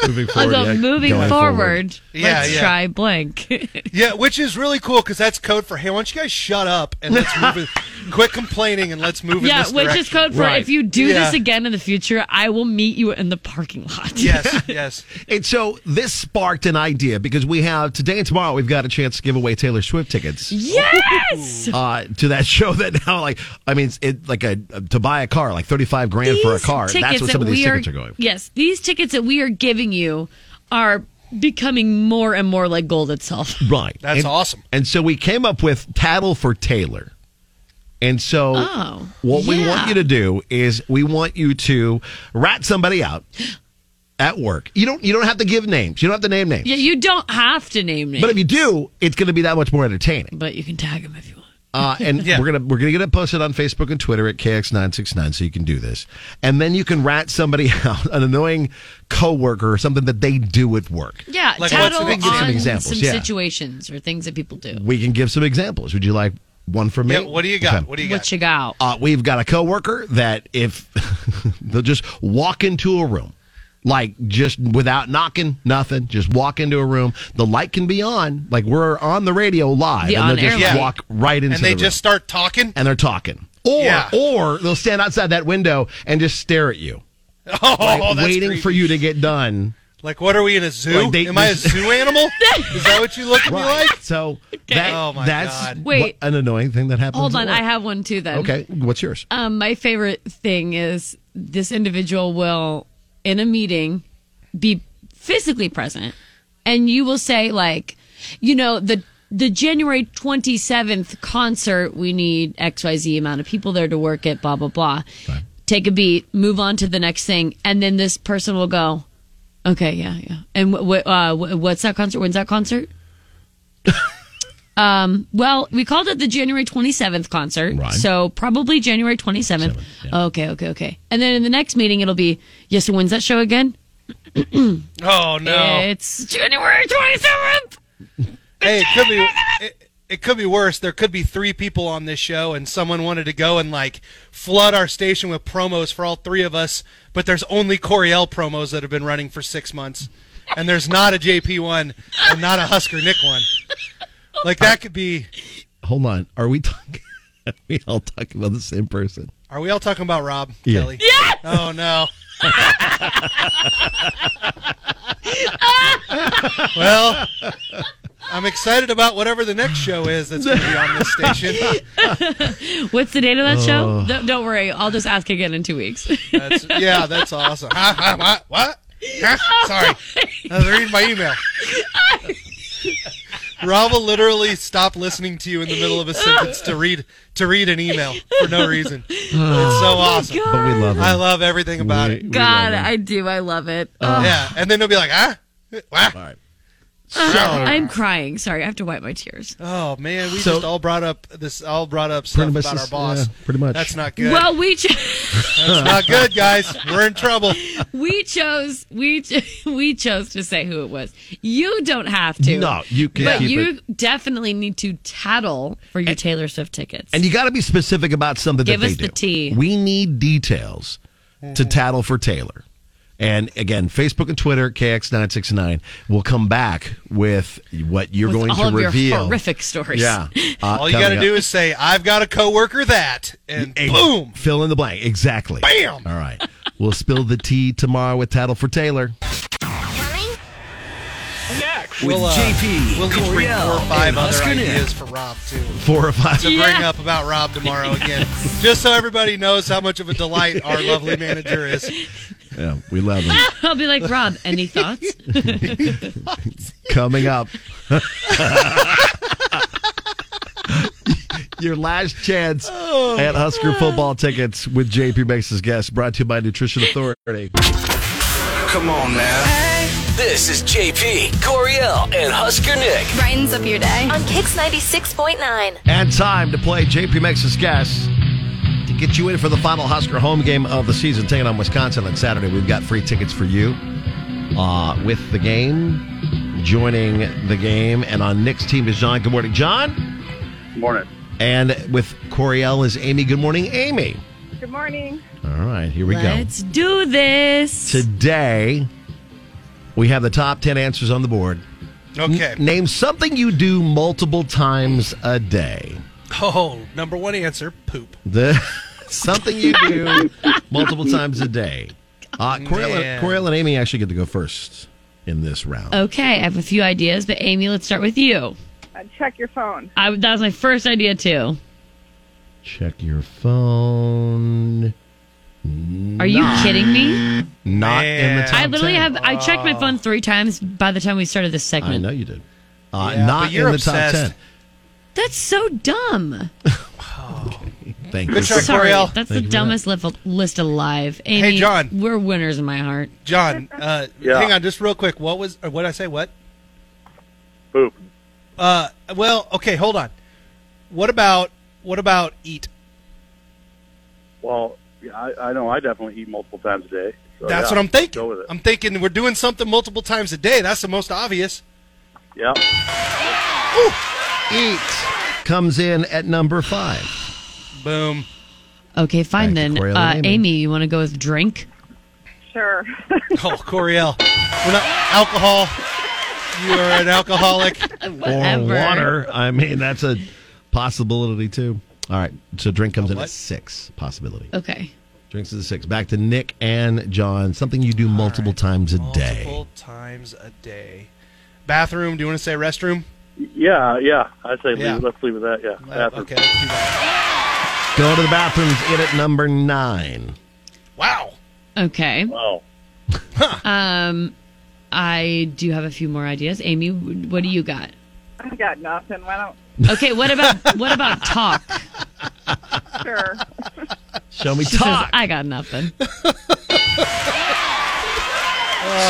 [SPEAKER 12] Moving
[SPEAKER 10] Although
[SPEAKER 13] yeah,
[SPEAKER 10] moving
[SPEAKER 13] going
[SPEAKER 10] forward,
[SPEAKER 13] forward. Yeah,
[SPEAKER 10] let's
[SPEAKER 13] yeah. (laughs)
[SPEAKER 10] try blank.
[SPEAKER 13] Yeah, which is really cool because that's code for hey, why don't you guys shut up and
[SPEAKER 10] (laughs)
[SPEAKER 13] let's move it. Quit complaining and let's move. in
[SPEAKER 10] yeah,
[SPEAKER 13] this
[SPEAKER 10] which is
[SPEAKER 13] direction.
[SPEAKER 10] code for if you do
[SPEAKER 13] Yeah.
[SPEAKER 10] this again in the future, I will meet you in the parking lot.
[SPEAKER 13] Yes,
[SPEAKER 12] (laughs)
[SPEAKER 13] yes.
[SPEAKER 12] And so this sparked an idea because we have today and tomorrow we've got a chance to give away Taylor Swift
[SPEAKER 10] (laughs)
[SPEAKER 12] tickets.
[SPEAKER 10] (laughs) Yes.
[SPEAKER 12] Uh, to that show that now like I mean it's it, like a to buy a car like thirty five grand for a
[SPEAKER 10] These
[SPEAKER 12] car. That's
[SPEAKER 10] tickets
[SPEAKER 12] what some of
[SPEAKER 10] that
[SPEAKER 12] these
[SPEAKER 10] we
[SPEAKER 12] tickets are going.
[SPEAKER 10] Yes, these tickets that we are giving you are becoming more and more like gold itself. (laughs)
[SPEAKER 12] Right.
[SPEAKER 10] That's
[SPEAKER 12] awesome. And so we came up with tattle for Taylor. And so,
[SPEAKER 10] Oh,
[SPEAKER 12] what we want
[SPEAKER 10] yeah.
[SPEAKER 12] you to do is we want you to rat somebody out at work. You don't you don't have to give names. You don't have to name names.
[SPEAKER 10] Yeah, you don't have to name names.
[SPEAKER 12] But if you do, it's going to be that much more entertaining.
[SPEAKER 10] But you can tag him if you want.
[SPEAKER 12] Uh,
[SPEAKER 10] (laughs)
[SPEAKER 12] and we're gonna we're gonna get it posted on Facebook and Twitter at KX969, so you can do this, and then you can rat somebody (laughs) out, an annoying coworker or something that they do at work.
[SPEAKER 10] Yeah,
[SPEAKER 12] Like, what's
[SPEAKER 10] tattle
[SPEAKER 12] an
[SPEAKER 10] on
[SPEAKER 12] example? Some
[SPEAKER 10] some,
[SPEAKER 12] examples, yeah.
[SPEAKER 10] situations or things that people do.
[SPEAKER 12] We can give some examples. Would you like one from me?
[SPEAKER 10] Yeah, what do you got? What do you got? What you got?
[SPEAKER 12] Uh, we've got a coworker that if (laughs) they'll just walk into a room, like just without knocking, nothing, just walk into a room. The light can be on, like we're on the radio live,
[SPEAKER 13] The
[SPEAKER 12] and
[SPEAKER 13] on-air
[SPEAKER 12] they'll just
[SPEAKER 13] light.
[SPEAKER 12] walk right into
[SPEAKER 13] and they
[SPEAKER 12] the room.
[SPEAKER 13] just start talking.
[SPEAKER 12] and they're talking. Or
[SPEAKER 13] Yeah.
[SPEAKER 12] or they'll stand outside that window and just stare at you.
[SPEAKER 13] Oh,
[SPEAKER 12] like,
[SPEAKER 13] that's
[SPEAKER 12] waiting
[SPEAKER 13] creepy.
[SPEAKER 12] for you to get done.
[SPEAKER 13] Like, what are we in a zoo?
[SPEAKER 12] Like, they-
[SPEAKER 13] Am I a zoo
[SPEAKER 10] (laughs)
[SPEAKER 13] animal? Is that what you look at me (laughs)
[SPEAKER 12] Right.
[SPEAKER 13] like?
[SPEAKER 12] So that,
[SPEAKER 13] Oh, my
[SPEAKER 12] that's
[SPEAKER 13] God.
[SPEAKER 12] what-
[SPEAKER 10] Wait.
[SPEAKER 12] an annoying thing that happens.
[SPEAKER 10] (laughs) Hold
[SPEAKER 12] at
[SPEAKER 10] on,
[SPEAKER 12] work.
[SPEAKER 10] I have one too. Then
[SPEAKER 12] Okay, what's yours?
[SPEAKER 10] Um, my favorite thing is this individual will, in a meeting, be physically present, and you will say like, you know, the the January twenty seventh concert, we need X Y Z amount of people there to work it, blah blah blah. Take a beat, move on to the next thing, and then this person will go, okay, yeah, yeah. And wh- wh- uh, wh- what's that concert? When's that concert? Um, well, we called it the January 27th concert.
[SPEAKER 17] Right.
[SPEAKER 10] So probably January 27th. Okay, okay, okay. And then in the next meeting, it'll be, yes, so when's that show again?
[SPEAKER 13] Oh no!
[SPEAKER 10] It's January twenty seventh.
[SPEAKER 13] Hey, it could be. It, it could be worse. There could be three people on this show, and someone wanted to go and like flood our station with promos for all three of us. But there's only Coriel promos that have been running for six months, and there's not a JP one, and not a Husker Nick one. Like that could be.
[SPEAKER 12] Hold on. Are we talking? (laughs) Are we all talking about the same person?
[SPEAKER 13] Are we all talking about Rob
[SPEAKER 12] Yeah.
[SPEAKER 13] Kelly? Yes. Oh no. (laughs) well, I'm excited about whatever the next show is that's going to be on this station.
[SPEAKER 10] What's the date of that show?
[SPEAKER 12] Uh.
[SPEAKER 13] Oh.
[SPEAKER 10] Don't, don't worry. I'll just ask again in two weeks. (laughs)
[SPEAKER 13] That's, yeah, that's awesome. Ha, ha, what? What? Huh? Sorry, I was reading my email. Rob will literally stop listening to you in the middle of a sentence to read to read an email for no reason. It's so awesome.
[SPEAKER 12] But we love him.
[SPEAKER 13] I love everything about it.
[SPEAKER 10] God, I do. I love it.
[SPEAKER 12] Uh.
[SPEAKER 10] Ugh.
[SPEAKER 13] Yeah, and then he'll be like, ah, wow.
[SPEAKER 10] Ugh, Oh, I'm crying. Sorry, I have to wipe my tears.
[SPEAKER 13] Oh man, we
[SPEAKER 10] So-
[SPEAKER 13] just all brought up this all brought up stuff
[SPEAKER 12] much
[SPEAKER 13] about
[SPEAKER 12] this-
[SPEAKER 13] our boss.
[SPEAKER 12] yeah, pretty much.
[SPEAKER 13] That's not good.
[SPEAKER 10] Well, we ch-
[SPEAKER 13] That's not good, guys. We're in trouble.
[SPEAKER 10] (laughs) we chose we ch- (laughs) we chose to say who it was. You don't have to.
[SPEAKER 12] No, you can
[SPEAKER 10] But
[SPEAKER 12] keep
[SPEAKER 10] you definitely need to tattle for your Taylor Swift tickets.
[SPEAKER 12] And you got to be specific about something
[SPEAKER 10] Give
[SPEAKER 12] that they
[SPEAKER 10] us the
[SPEAKER 12] do.
[SPEAKER 10] tea.
[SPEAKER 12] We need details to tattle for Taylor. And again, Facebook and Twitter, KX969, will come back with what you're
[SPEAKER 10] With
[SPEAKER 12] going
[SPEAKER 10] all
[SPEAKER 12] to
[SPEAKER 10] of your
[SPEAKER 12] reveal.
[SPEAKER 10] horrific stories. (laughs)
[SPEAKER 12] Yeah. Uh,
[SPEAKER 13] all you got to
[SPEAKER 12] coming
[SPEAKER 13] do
[SPEAKER 12] up.
[SPEAKER 13] is say, "I've got a coworker that," and boom.
[SPEAKER 12] Fill in the blank. Exactly.
[SPEAKER 13] Bam!
[SPEAKER 12] All right. We'll spill the tea tomorrow with Tattle for Taylor.
[SPEAKER 1] With
[SPEAKER 13] We'll, uh,
[SPEAKER 1] JP,
[SPEAKER 13] we'll each bring
[SPEAKER 1] Coriel,
[SPEAKER 13] four or five
[SPEAKER 1] and
[SPEAKER 13] other
[SPEAKER 1] Husker Nick.
[SPEAKER 13] ideas for Rob too.
[SPEAKER 12] Four or
[SPEAKER 13] (laughs)
[SPEAKER 12] five.
[SPEAKER 13] to bring up about Rob tomorrow
[SPEAKER 1] (laughs)
[SPEAKER 13] again, just so everybody knows how much of a delight our lovely manager is.
[SPEAKER 12] Yeah, we love him.
[SPEAKER 10] I'll be like Rob. Any thoughts?
[SPEAKER 12] coming up. Your last chance at Husker football tickets with JP Makes His Guess, brought to you by Nutrition Authority.
[SPEAKER 1] Come on now. This is JP, Coriel, and Husker Nick.
[SPEAKER 3] Brightens up your day on Kicks 96.9.
[SPEAKER 12] And time to play JP Makes His Guess to get you in for the final Husker home game of the season, taking on Wisconsin on Saturday. We've got free tickets for you uh, with the game, joining the game. And on Nick's team is John. Good morning, John.
[SPEAKER 19] Morning.
[SPEAKER 12] And with Coriel is Amy. Good morning, Amy.
[SPEAKER 19] Good morning.
[SPEAKER 12] All right, here (laughs) we go.
[SPEAKER 10] Let's do this.
[SPEAKER 12] Today, we have the top 10 answers on the board.
[SPEAKER 13] Okay.
[SPEAKER 12] N- name something you do multiple times a day.
[SPEAKER 13] Oh, number one answer, poop.
[SPEAKER 12] The (laughs) Something you do multiple times a day. Uh, Coriel,
[SPEAKER 13] Man.
[SPEAKER 12] and, Coriel and Amy actually get to go first in this round.
[SPEAKER 10] Okay, I have a few ideas, but Amy, let's start with you.
[SPEAKER 19] Uh, Check your phone.
[SPEAKER 10] I, that was my first idea too.
[SPEAKER 12] Check your phone.
[SPEAKER 10] Are you kidding me?
[SPEAKER 12] Not in the top
[SPEAKER 10] I literally
[SPEAKER 12] 10.
[SPEAKER 10] have. I checked my phone three times by the time we started this
[SPEAKER 12] I
[SPEAKER 10] segment.
[SPEAKER 12] know you did. Uh,
[SPEAKER 13] Yeah,
[SPEAKER 12] not
[SPEAKER 13] but you're
[SPEAKER 12] in the
[SPEAKER 13] obsessed.
[SPEAKER 12] top
[SPEAKER 10] That's so dumb.
[SPEAKER 12] 10. Thank
[SPEAKER 13] Good
[SPEAKER 12] you.
[SPEAKER 13] try,
[SPEAKER 10] Sorry,
[SPEAKER 13] Coriel. Thank
[SPEAKER 10] that's the
[SPEAKER 13] you for
[SPEAKER 10] dumbest li- list alive. Amy,
[SPEAKER 13] Hey, John.
[SPEAKER 10] We're winners in my heart.
[SPEAKER 13] John, uh,
[SPEAKER 10] Yeah.
[SPEAKER 13] hang on just real quick. What was, or what I say? What? Poop. Uh, well, okay, hold on. What about, what about eat?
[SPEAKER 17] Well, yeah, I, I know I definitely eat multiple times a day. So
[SPEAKER 13] That's
[SPEAKER 17] yeah,
[SPEAKER 13] what I'm thinking.
[SPEAKER 17] Go with it.
[SPEAKER 13] I'm thinking we're doing something multiple times a day. That's the most obvious.
[SPEAKER 17] Yeah.
[SPEAKER 13] Eat.
[SPEAKER 12] Comes in at number five.
[SPEAKER 13] Boom. (laughs)
[SPEAKER 10] Okay, fine
[SPEAKER 12] Back to
[SPEAKER 10] then.
[SPEAKER 12] Coriel
[SPEAKER 10] Uh,
[SPEAKER 12] and Amy.
[SPEAKER 10] Amy, you want to go with drink?
[SPEAKER 19] Sure.
[SPEAKER 13] Oh, Coriel. We're not alcohol. You are an alcoholic.
[SPEAKER 12] Or water. I mean, that's a possibility too. All right. So drink comes in at six possibility.
[SPEAKER 10] Okay.
[SPEAKER 12] Drinks is a six. Back to Nick and John. Something you do multiple times a day.
[SPEAKER 13] Multiple times a day. Bathroom. Do you want to say restroom?
[SPEAKER 17] Yeah, yeah. I'd say
[SPEAKER 13] Yeah.
[SPEAKER 17] leave, let's leave with that. Yeah. Bathroom.
[SPEAKER 13] Okay. let's do that.
[SPEAKER 12] Go to the bathrooms. In at number nine.
[SPEAKER 13] Wow.
[SPEAKER 10] Okay.
[SPEAKER 17] Wow.
[SPEAKER 10] um, I do have a few more ideas. Amy, w- what do you got?
[SPEAKER 19] I got nothing. Why don't?
[SPEAKER 10] Okay, what about what about talk?
[SPEAKER 19] Sure.
[SPEAKER 12] Show me
[SPEAKER 10] She says,
[SPEAKER 12] talk.
[SPEAKER 10] I got nothing.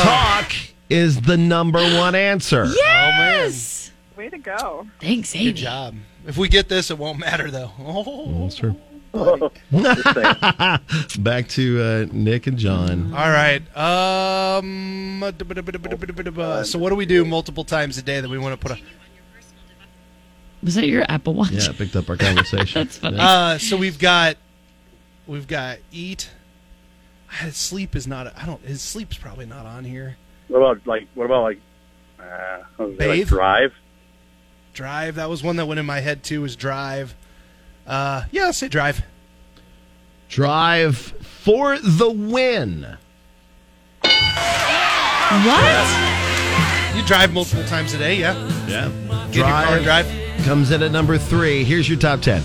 [SPEAKER 12] Talk is the number one answer.
[SPEAKER 10] Yes.
[SPEAKER 19] Way to go.
[SPEAKER 10] Thanks, Amy.
[SPEAKER 13] Good job. If we get this, it won't matter though. (laughs) Oh.
[SPEAKER 12] That's true. (laughs) Back to uh, Nick and John.
[SPEAKER 13] All right. Um. So what do we do multiple times a day that we want to put? on?
[SPEAKER 10] Was that your Apple Watch? (laughs)
[SPEAKER 12] Yeah, I picked up our conversation.
[SPEAKER 10] That's funny.
[SPEAKER 13] Uh, so we've got, we've got eat. Ah, Sleep is not. I don't. His sleep's probably not on here.
[SPEAKER 17] What about like? What about like? Uh, what was it, like
[SPEAKER 13] Bathe?
[SPEAKER 17] drive.
[SPEAKER 13] Drive. That was one that went in my head too. Was drive. Uh, yeah, let's say drive.
[SPEAKER 12] Drive for the win.
[SPEAKER 10] What?
[SPEAKER 13] You drive multiple times a day. Yeah.
[SPEAKER 12] Yeah.
[SPEAKER 13] Get your car and drive.
[SPEAKER 12] comes in at number three. Here's your top ten.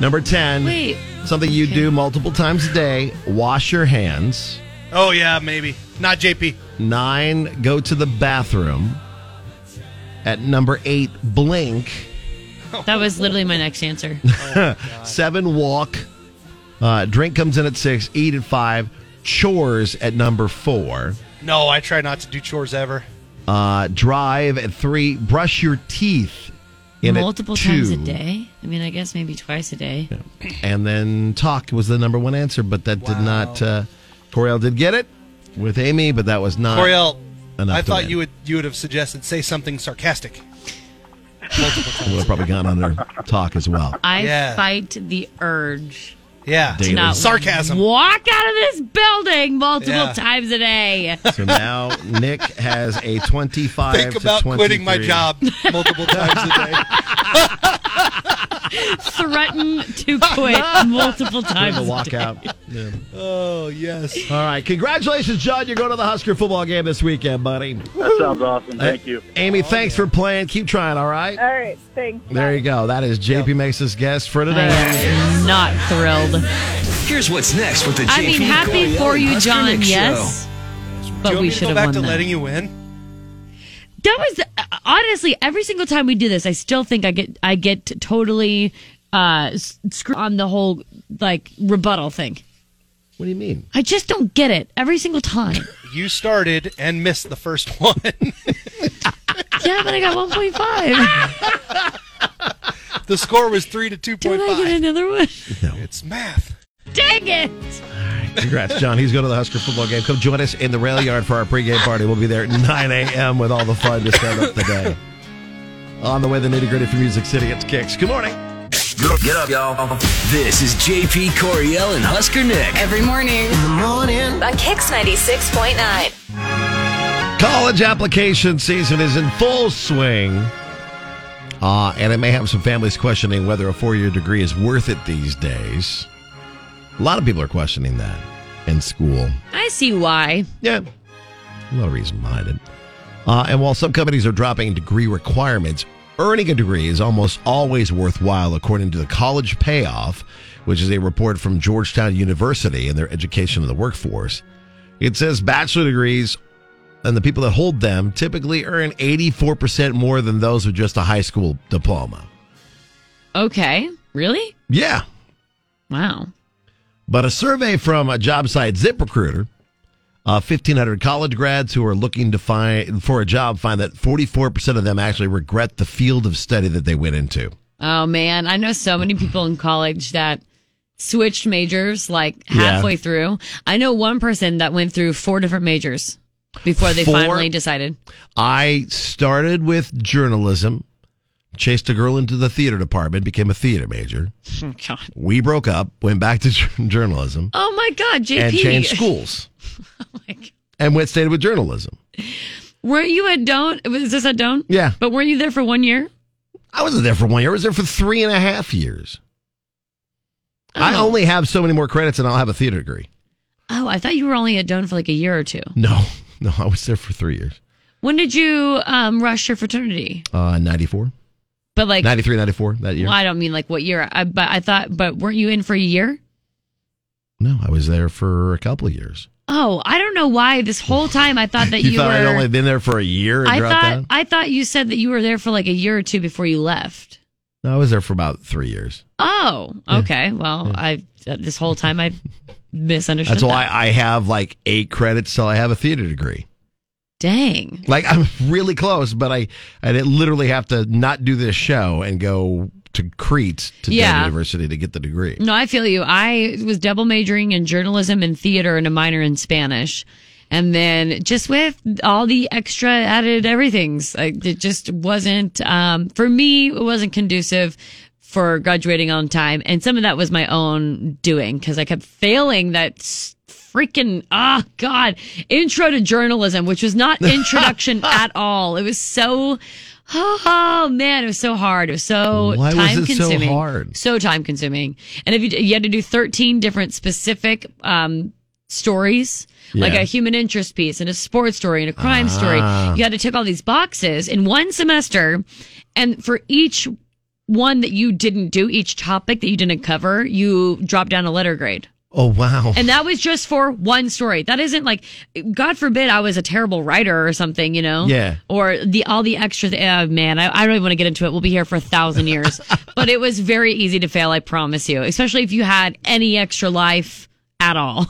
[SPEAKER 12] Number ten.
[SPEAKER 10] Wait.
[SPEAKER 12] Something you do multiple times a day. Wash your hands.
[SPEAKER 13] Oh yeah, maybe not JP.
[SPEAKER 12] Nine. Go to the bathroom. At number eight, blink.
[SPEAKER 10] That was literally my next answer.
[SPEAKER 12] Seven, walk. Uh, drink comes in at six. Eat at five. Chores at number four.
[SPEAKER 13] No, I try not to do chores ever.
[SPEAKER 12] Uh, drive at three. Brush your teeth in at
[SPEAKER 10] Multiple times a
[SPEAKER 12] two.
[SPEAKER 10] day. I mean, I guess maybe twice a day.
[SPEAKER 12] And then talk was the number one answer, but that did not. Uh, Coriel did get it with Amy, but that was not.
[SPEAKER 13] Coriel,
[SPEAKER 12] enough
[SPEAKER 13] I
[SPEAKER 12] to
[SPEAKER 13] thought
[SPEAKER 12] win.
[SPEAKER 13] you would you would have suggested say something sarcastic. Multiple
[SPEAKER 12] would
[SPEAKER 13] times.
[SPEAKER 12] have probably
[SPEAKER 13] (laughs)
[SPEAKER 12] gone under talk as well.
[SPEAKER 10] I
[SPEAKER 13] Yeah.
[SPEAKER 10] fight the urge
[SPEAKER 13] Yeah,
[SPEAKER 10] to not
[SPEAKER 13] sarcasm.
[SPEAKER 10] Walk out of this building multiple
[SPEAKER 12] Yeah.
[SPEAKER 10] times a day.
[SPEAKER 12] So now Nick has a twenty-five.
[SPEAKER 13] Think
[SPEAKER 12] to
[SPEAKER 13] about quitting my
[SPEAKER 12] 23.
[SPEAKER 13] job
[SPEAKER 10] (laughs)
[SPEAKER 13] multiple times a day.
[SPEAKER 10] Threaten to quit multiple
[SPEAKER 12] Doing
[SPEAKER 10] times.
[SPEAKER 12] the
[SPEAKER 10] a day.
[SPEAKER 12] walkout. Yeah.
[SPEAKER 13] Oh yes.
[SPEAKER 12] All right, congratulations, John. You're going to the Husker football game this weekend, buddy.
[SPEAKER 17] That sounds awesome. Thank you.
[SPEAKER 12] Amy, thanks for playing. Keep trying. All right.
[SPEAKER 19] All right. Thanks.
[SPEAKER 12] There you go. That is JP Mesa's guest for today.
[SPEAKER 10] Not thrilled.
[SPEAKER 1] Here's what's next with the
[SPEAKER 10] I mean,
[SPEAKER 1] JP
[SPEAKER 10] happy
[SPEAKER 1] Coriel
[SPEAKER 10] for
[SPEAKER 1] and
[SPEAKER 10] you,
[SPEAKER 1] Husker
[SPEAKER 10] John.
[SPEAKER 1] Nick
[SPEAKER 10] Yes,
[SPEAKER 1] Show.
[SPEAKER 13] Do
[SPEAKER 10] but
[SPEAKER 13] you want
[SPEAKER 10] we
[SPEAKER 13] me to
[SPEAKER 10] should
[SPEAKER 13] go
[SPEAKER 10] have
[SPEAKER 13] back
[SPEAKER 10] won
[SPEAKER 13] to
[SPEAKER 10] that.
[SPEAKER 13] letting you win.
[SPEAKER 10] That was uh, honestly every single time we do this, I still think I get I get totally uh s- screwed on the whole like rebuttal thing.
[SPEAKER 12] What do you mean?
[SPEAKER 10] I just don't get it every single
[SPEAKER 13] (laughs)
[SPEAKER 10] time.
[SPEAKER 13] You started and missed the first (laughs) one.
[SPEAKER 10] yeah, but I got one point five.
[SPEAKER 13] (laughs) the score was three to two point
[SPEAKER 10] Did I get
[SPEAKER 13] five.
[SPEAKER 10] another one?
[SPEAKER 13] It's math.
[SPEAKER 10] Dang it!
[SPEAKER 12] Congrats, John. He's going to the Husker football game. Come join us in the rail yard for our pregame party. We'll be there at 9 a.m. with all the fun to start up the day. On the way, the nitty gritty for Music City. It's Kicks. Good morning.
[SPEAKER 1] Get up, y'all. This is JP Coriel and Husker Nick.
[SPEAKER 3] Every morning. In
[SPEAKER 12] the morning.
[SPEAKER 3] On Kicks 96.9.
[SPEAKER 12] College application season is in full swing. Uh, and it may have some families questioning whether a four year degree is worth it these days. A lot of people are questioning that in school.
[SPEAKER 10] I see why.
[SPEAKER 12] Yeah. A lot of reason behind it. Uh, and while some companies are dropping degree requirements, earning a degree is almost always worthwhile, according to the College Payoff, which is a report from Georgetown University and their education of the workforce. It says bachelor degrees and the people that hold them typically earn 84% more than those with just a high school diploma.
[SPEAKER 10] Okay, really?
[SPEAKER 12] Yeah.
[SPEAKER 10] Wow.
[SPEAKER 12] But a survey from a job site ZipRecruiter, uh, 1,500 college grads who are looking to find for a job find that 44% of them actually regret the field of study that they went into.
[SPEAKER 10] Oh man, I know so many people in college that switched majors like
[SPEAKER 12] Yeah.
[SPEAKER 10] halfway through. I know one person that went through four different majors before they
[SPEAKER 12] Four? (laughs)
[SPEAKER 10] finally decided.
[SPEAKER 12] I started with journalism, chased a girl into the theater department, became a theater major.
[SPEAKER 10] Oh, God.
[SPEAKER 12] We broke up, went back to (laughs) journalism,
[SPEAKER 10] Oh my God, JP.
[SPEAKER 12] and
[SPEAKER 10] (laughs)
[SPEAKER 12] changed schools. And went stayed with journalism.
[SPEAKER 10] Weren't you a don't? Was this a don't?
[SPEAKER 12] Yeah.
[SPEAKER 10] But were you there for one year?
[SPEAKER 12] I wasn't there for one year. I was there for three and a half years. I
[SPEAKER 10] Oh.
[SPEAKER 12] only have so many more credits, and I'll have a theater degree.
[SPEAKER 10] Oh, I thought you were only a don't for like a year or two.
[SPEAKER 12] No, (laughs) no, I was there for three years.
[SPEAKER 10] When did you um, rush your fraternity?
[SPEAKER 12] Uh, 94,
[SPEAKER 10] But like,
[SPEAKER 12] 93, 94, that year.
[SPEAKER 10] well, I don't mean like what year. I, but I thought, but weren't you in for a year?
[SPEAKER 12] No, I was there for a couple of years.
[SPEAKER 10] Oh, I don't know why. This whole time I thought that
[SPEAKER 12] (laughs) you,
[SPEAKER 10] you,
[SPEAKER 12] thought
[SPEAKER 10] were.
[SPEAKER 12] I'd only been there for a year and
[SPEAKER 10] I
[SPEAKER 12] dropped
[SPEAKER 10] thought
[SPEAKER 12] out?
[SPEAKER 10] I thought you said that you were there for like a year or two before you left.
[SPEAKER 12] No, I was there for about three years.
[SPEAKER 10] Oh, okay. Well, I uh, this whole time I misunderstood.
[SPEAKER 12] That's why
[SPEAKER 10] that.
[SPEAKER 12] I have like eight credits till I have a theater degree.
[SPEAKER 10] Dang.
[SPEAKER 12] Like I'm (laughs) really close, but I I did literally have to not do this show and go to Crete to Dayton
[SPEAKER 10] Yeah. Mm.
[SPEAKER 12] University to get the degree.
[SPEAKER 10] No, I feel you. I was double majoring in journalism and theater and a minor in Spanish. And then just with all the extra added everythings, like it just wasn't, um, for me, it wasn't conducive for graduating on time. And some of that was my own doing because I kept failing that s- freaking, ah, God, intro to journalism, which was not introduction at all. It was so, oh man, it was so hard. It was so
[SPEAKER 12] Why was
[SPEAKER 10] time
[SPEAKER 12] it so
[SPEAKER 10] consuming
[SPEAKER 12] hard?
[SPEAKER 10] so time consuming. And if you, you had to do 13 different specific um, stories, like
[SPEAKER 20] Yeah.
[SPEAKER 10] a human interest piece and a sports story and a crime story,
[SPEAKER 20] Ah.
[SPEAKER 10] you had to tick all these boxes in one semester. And for each one that you didn't do, each topic that you didn't cover, you dropped down a letter grade.
[SPEAKER 12] Oh wow.
[SPEAKER 10] And that was just for one story. That isn't like, God forbid, I was a terrible writer or something, you know?
[SPEAKER 12] Yeah.
[SPEAKER 10] Or the all the extra. Oh man, I, I don't even want to get into it. We'll be here for a thousand years. but it was very easy to fail. I promise you, especially if you had any extra life at all,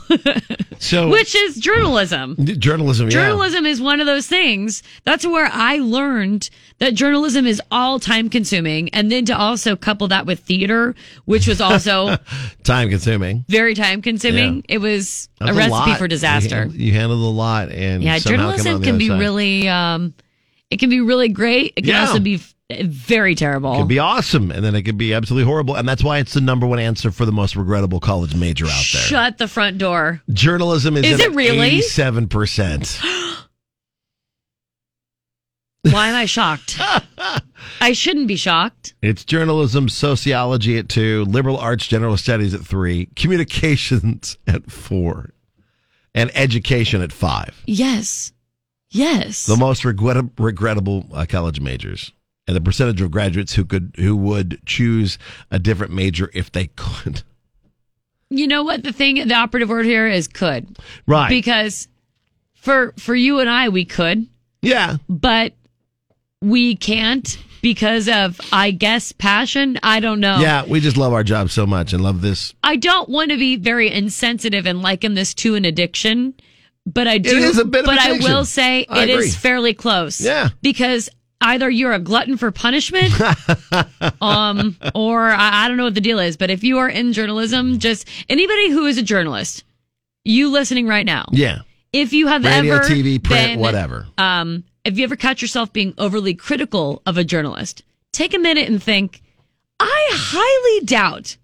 [SPEAKER 12] So
[SPEAKER 10] (laughs) which is journalism.
[SPEAKER 12] journalism, yeah.
[SPEAKER 10] Journalism is one of those things. That's where I learned that journalism is all time consuming. And then to also couple that with theater, which was also
[SPEAKER 12] Time consuming.
[SPEAKER 10] very time consuming. It was
[SPEAKER 12] That's
[SPEAKER 10] a recipe
[SPEAKER 12] lot.
[SPEAKER 10] for disaster.
[SPEAKER 12] You, you handled a lot, (laughs) and
[SPEAKER 10] yeah,
[SPEAKER 12] somehow come out
[SPEAKER 10] journalism
[SPEAKER 12] the
[SPEAKER 10] can
[SPEAKER 12] other
[SPEAKER 10] be
[SPEAKER 12] side.
[SPEAKER 10] really, um, it can be really great. It can
[SPEAKER 12] Yeah.
[SPEAKER 10] also be f- very terrible.
[SPEAKER 12] It could be awesome, and then it could be absolutely horrible, and that's why it's the number one answer for the most regrettable college major out there.
[SPEAKER 10] Shut the front door.
[SPEAKER 12] Journalism is,
[SPEAKER 10] Is it really?
[SPEAKER 12] seven percent.
[SPEAKER 10] Why am
[SPEAKER 12] (laughs)
[SPEAKER 10] I shocked? I shouldn't be shocked.
[SPEAKER 12] It's journalism, sociology at two, liberal arts, general studies at three, communications (laughs) at four, and education at five.
[SPEAKER 10] Yes. Yes.
[SPEAKER 12] The most regret- regrettable uh, college majors, and the percentage of graduates who could who would choose a different major if they could. (laughs)
[SPEAKER 10] you know what the thing the operative word here is could
[SPEAKER 12] Right.
[SPEAKER 10] because for for you and i we could
[SPEAKER 12] yeah
[SPEAKER 10] but we can't because of i guess passion i don't know
[SPEAKER 12] Yeah, we just love our job so much and love this.
[SPEAKER 10] i don't want to be very insensitive and liken this to an addiction but i do
[SPEAKER 12] is a bit of
[SPEAKER 10] but i
[SPEAKER 12] addiction.
[SPEAKER 10] will say
[SPEAKER 12] I
[SPEAKER 10] it is
[SPEAKER 12] agree.
[SPEAKER 10] fairly close
[SPEAKER 12] Yeah.
[SPEAKER 10] because either you're a glutton
[SPEAKER 12] (laughs)
[SPEAKER 10] for punishment um, or I, I don't know what the deal is, but if you are in journalism, just anybody who is a journalist, you listening right now,
[SPEAKER 12] Yeah.
[SPEAKER 10] if you have
[SPEAKER 12] Radio,
[SPEAKER 10] ever
[SPEAKER 12] TV, print,
[SPEAKER 10] been,
[SPEAKER 12] whatever.
[SPEAKER 10] um, if you ever catch yourself being overly critical of a journalist, take a minute and think. I highly doubt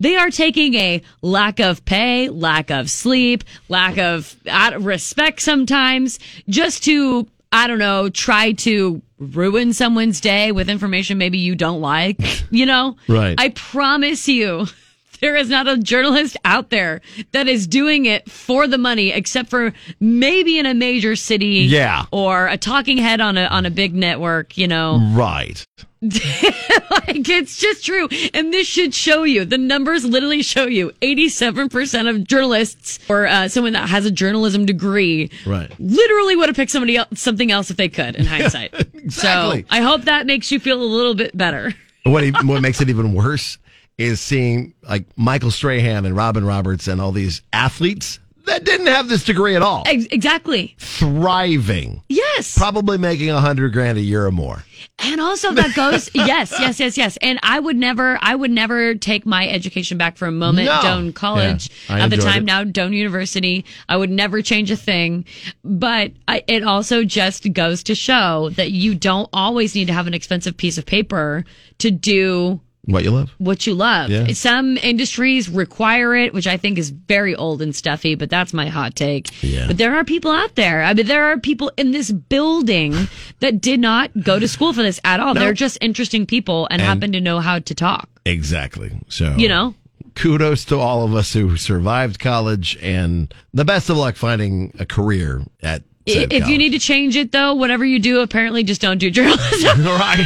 [SPEAKER 10] they are taking a lack of pay, lack of sleep, lack of uh, respect sometimes just to, I don't know, try to ruin someone's day with information maybe you don't like, you know?
[SPEAKER 20] Right.
[SPEAKER 10] I promise you. (laughs) There is not a journalist out there that is doing it for the money, except for maybe in a major city,
[SPEAKER 12] Yeah.
[SPEAKER 10] or a talking head on a on a big network. You know,
[SPEAKER 12] Mm. Right.
[SPEAKER 10] (laughs) like it's just true. And this should show you the numbers literally show you 87% of journalists or uh, someone that has a journalism degree
[SPEAKER 12] Right.
[SPEAKER 10] literally would have picked somebody else, something else if they could in hindsight.
[SPEAKER 12] (laughs) exactly.
[SPEAKER 10] So I hope that makes you feel a little bit better.
[SPEAKER 12] What e- what makes it even worse is seeing like Michael Strahan and Robin Roberts and all these athletes that didn't have this degree at all
[SPEAKER 10] Ex- Exactly.
[SPEAKER 12] thriving.
[SPEAKER 10] Yes.
[SPEAKER 12] Probably making a hundred grand a year or more.
[SPEAKER 10] And also
[SPEAKER 12] (laughs)
[SPEAKER 10] that goes yes, yes, yes, yes. And I would never I would never take my education back for a moment.
[SPEAKER 12] No.
[SPEAKER 10] Doan College
[SPEAKER 12] Yeah, I
[SPEAKER 10] at the
[SPEAKER 12] enjoyed
[SPEAKER 10] time
[SPEAKER 12] it.
[SPEAKER 10] now Doan University. I would never change a thing. But I, it also just goes to show that you don't always need to have an expensive piece of paper to do
[SPEAKER 12] What you love.
[SPEAKER 10] what you love.
[SPEAKER 12] Yeah.
[SPEAKER 10] Some industries require it, which I think is very old and stuffy, but that's my hot take.
[SPEAKER 12] Yeah.
[SPEAKER 10] But there are people out there. I mean, there are people in this building that did not go to school for this at all.
[SPEAKER 12] No.
[SPEAKER 10] They're just interesting people and,
[SPEAKER 12] And- Oh,
[SPEAKER 10] happen to know how to talk,
[SPEAKER 12] Exactly. So
[SPEAKER 10] you know?
[SPEAKER 12] kudos to all of us who survived college and the best of luck finding a career at
[SPEAKER 10] I-
[SPEAKER 12] said
[SPEAKER 10] If you need to change it though, whatever you do, apparently just don't do (laughs) journalism.
[SPEAKER 12] college. (laughs) all right.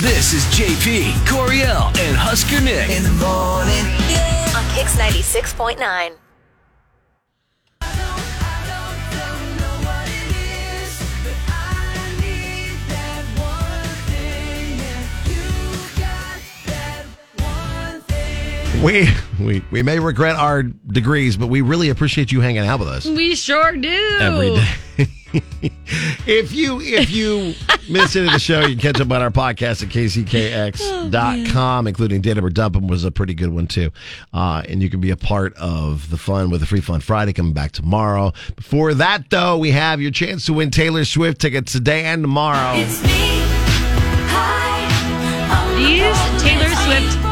[SPEAKER 1] This is JP, Coriel, and Husker Nick. In the morning.
[SPEAKER 3] On Kix 96.9.
[SPEAKER 12] We, we we may regret our degrees, but we really appreciate you hanging out with us
[SPEAKER 10] we sure do.
[SPEAKER 12] every day. (laughs) if you if you miss any of the show, you can catch up on our podcast at kckx.com, including Data or Dumping was a pretty good one too. Uh, and you can be a part of the fun with the Free Fun Friday coming back tomorrow. Before that though, we have your chance to win Taylor Swift tickets today and tomorrow.
[SPEAKER 10] These Taylor Swift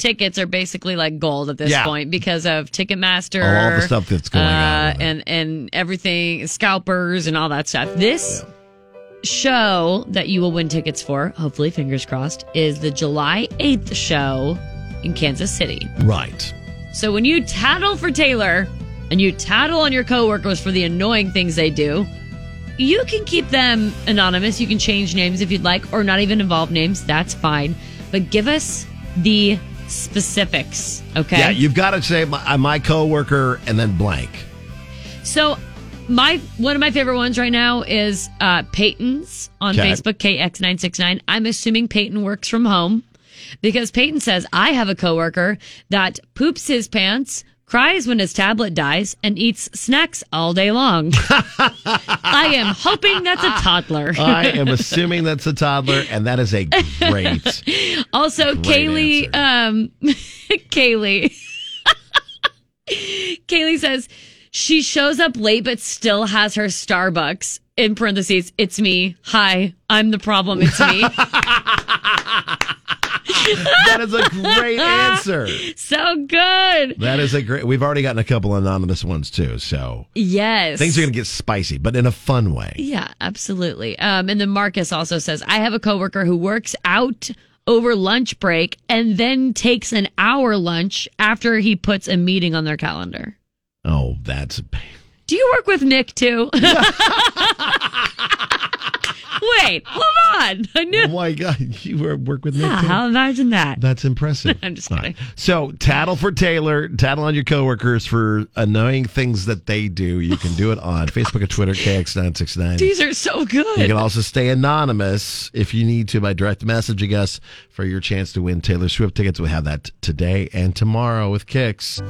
[SPEAKER 10] tickets are basically like gold at this
[SPEAKER 12] Yeah.
[SPEAKER 10] point because of Ticketmaster,
[SPEAKER 12] All the stuff that's going on
[SPEAKER 10] uh, and and everything, scalpers and all that stuff. This show that you will win tickets for, hopefully, fingers crossed, is the July eighth show in Kansas City.
[SPEAKER 12] Right.
[SPEAKER 10] So when you tattle for Taylor and you tattle on your coworkers for the annoying things they do, you can keep them anonymous. You can change names if you'd like, or not even involve names. That's fine. But give us the specifics, okay?
[SPEAKER 12] Yeah, you've got to say my, uh, my coworker and then blank.
[SPEAKER 10] so my one of my favorite ones right now is uh, Peyton's on
[SPEAKER 12] Okay.
[SPEAKER 10] Facebook KX969. I'm assuming Peyton works from home because Peyton says I have a coworker that poops his pants, cries when his tablet dies, and eats snacks all day long. I am hoping that's a toddler.
[SPEAKER 12] I am assuming that's a toddler, and that is a great.
[SPEAKER 10] Also,
[SPEAKER 12] Great
[SPEAKER 10] Kaylee, um, (laughs) Kaylee, (laughs) Kaylee says she shows up late but still has her Starbucks. In parentheses, it's me. Hi, I'm the problem. It's
[SPEAKER 12] (laughs)
[SPEAKER 10] me.
[SPEAKER 12] that is a great answer.
[SPEAKER 10] so good.
[SPEAKER 12] That is a great. We've already gotten a couple anonymous ones too, so
[SPEAKER 10] Yes.
[SPEAKER 12] things are going to get spicy, but in a fun way.
[SPEAKER 10] Yeah, absolutely. Um, and then Marcus also says, I have a coworker who works out over lunch break and then takes an hour lunch after he puts a meeting on their calendar.
[SPEAKER 12] Oh, that's
[SPEAKER 10] (laughs) Do you work with Nick too? Wait, hold on. I knew.
[SPEAKER 12] oh my god! You were work with me.
[SPEAKER 10] Yeah, how imagine that?
[SPEAKER 12] That's impressive.
[SPEAKER 10] (laughs) I'm just
[SPEAKER 12] All
[SPEAKER 10] kidding.
[SPEAKER 12] So tattle for Taylor, tattle on your coworkers for annoying things that they do. You can do it
[SPEAKER 10] (laughs)
[SPEAKER 12] on Facebook and Twitter, KX969.
[SPEAKER 10] These are so good.
[SPEAKER 12] You can also stay anonymous if you need to by direct messaging us for your chance to win Taylor Swift tickets. We'll have that today and tomorrow with Kicks.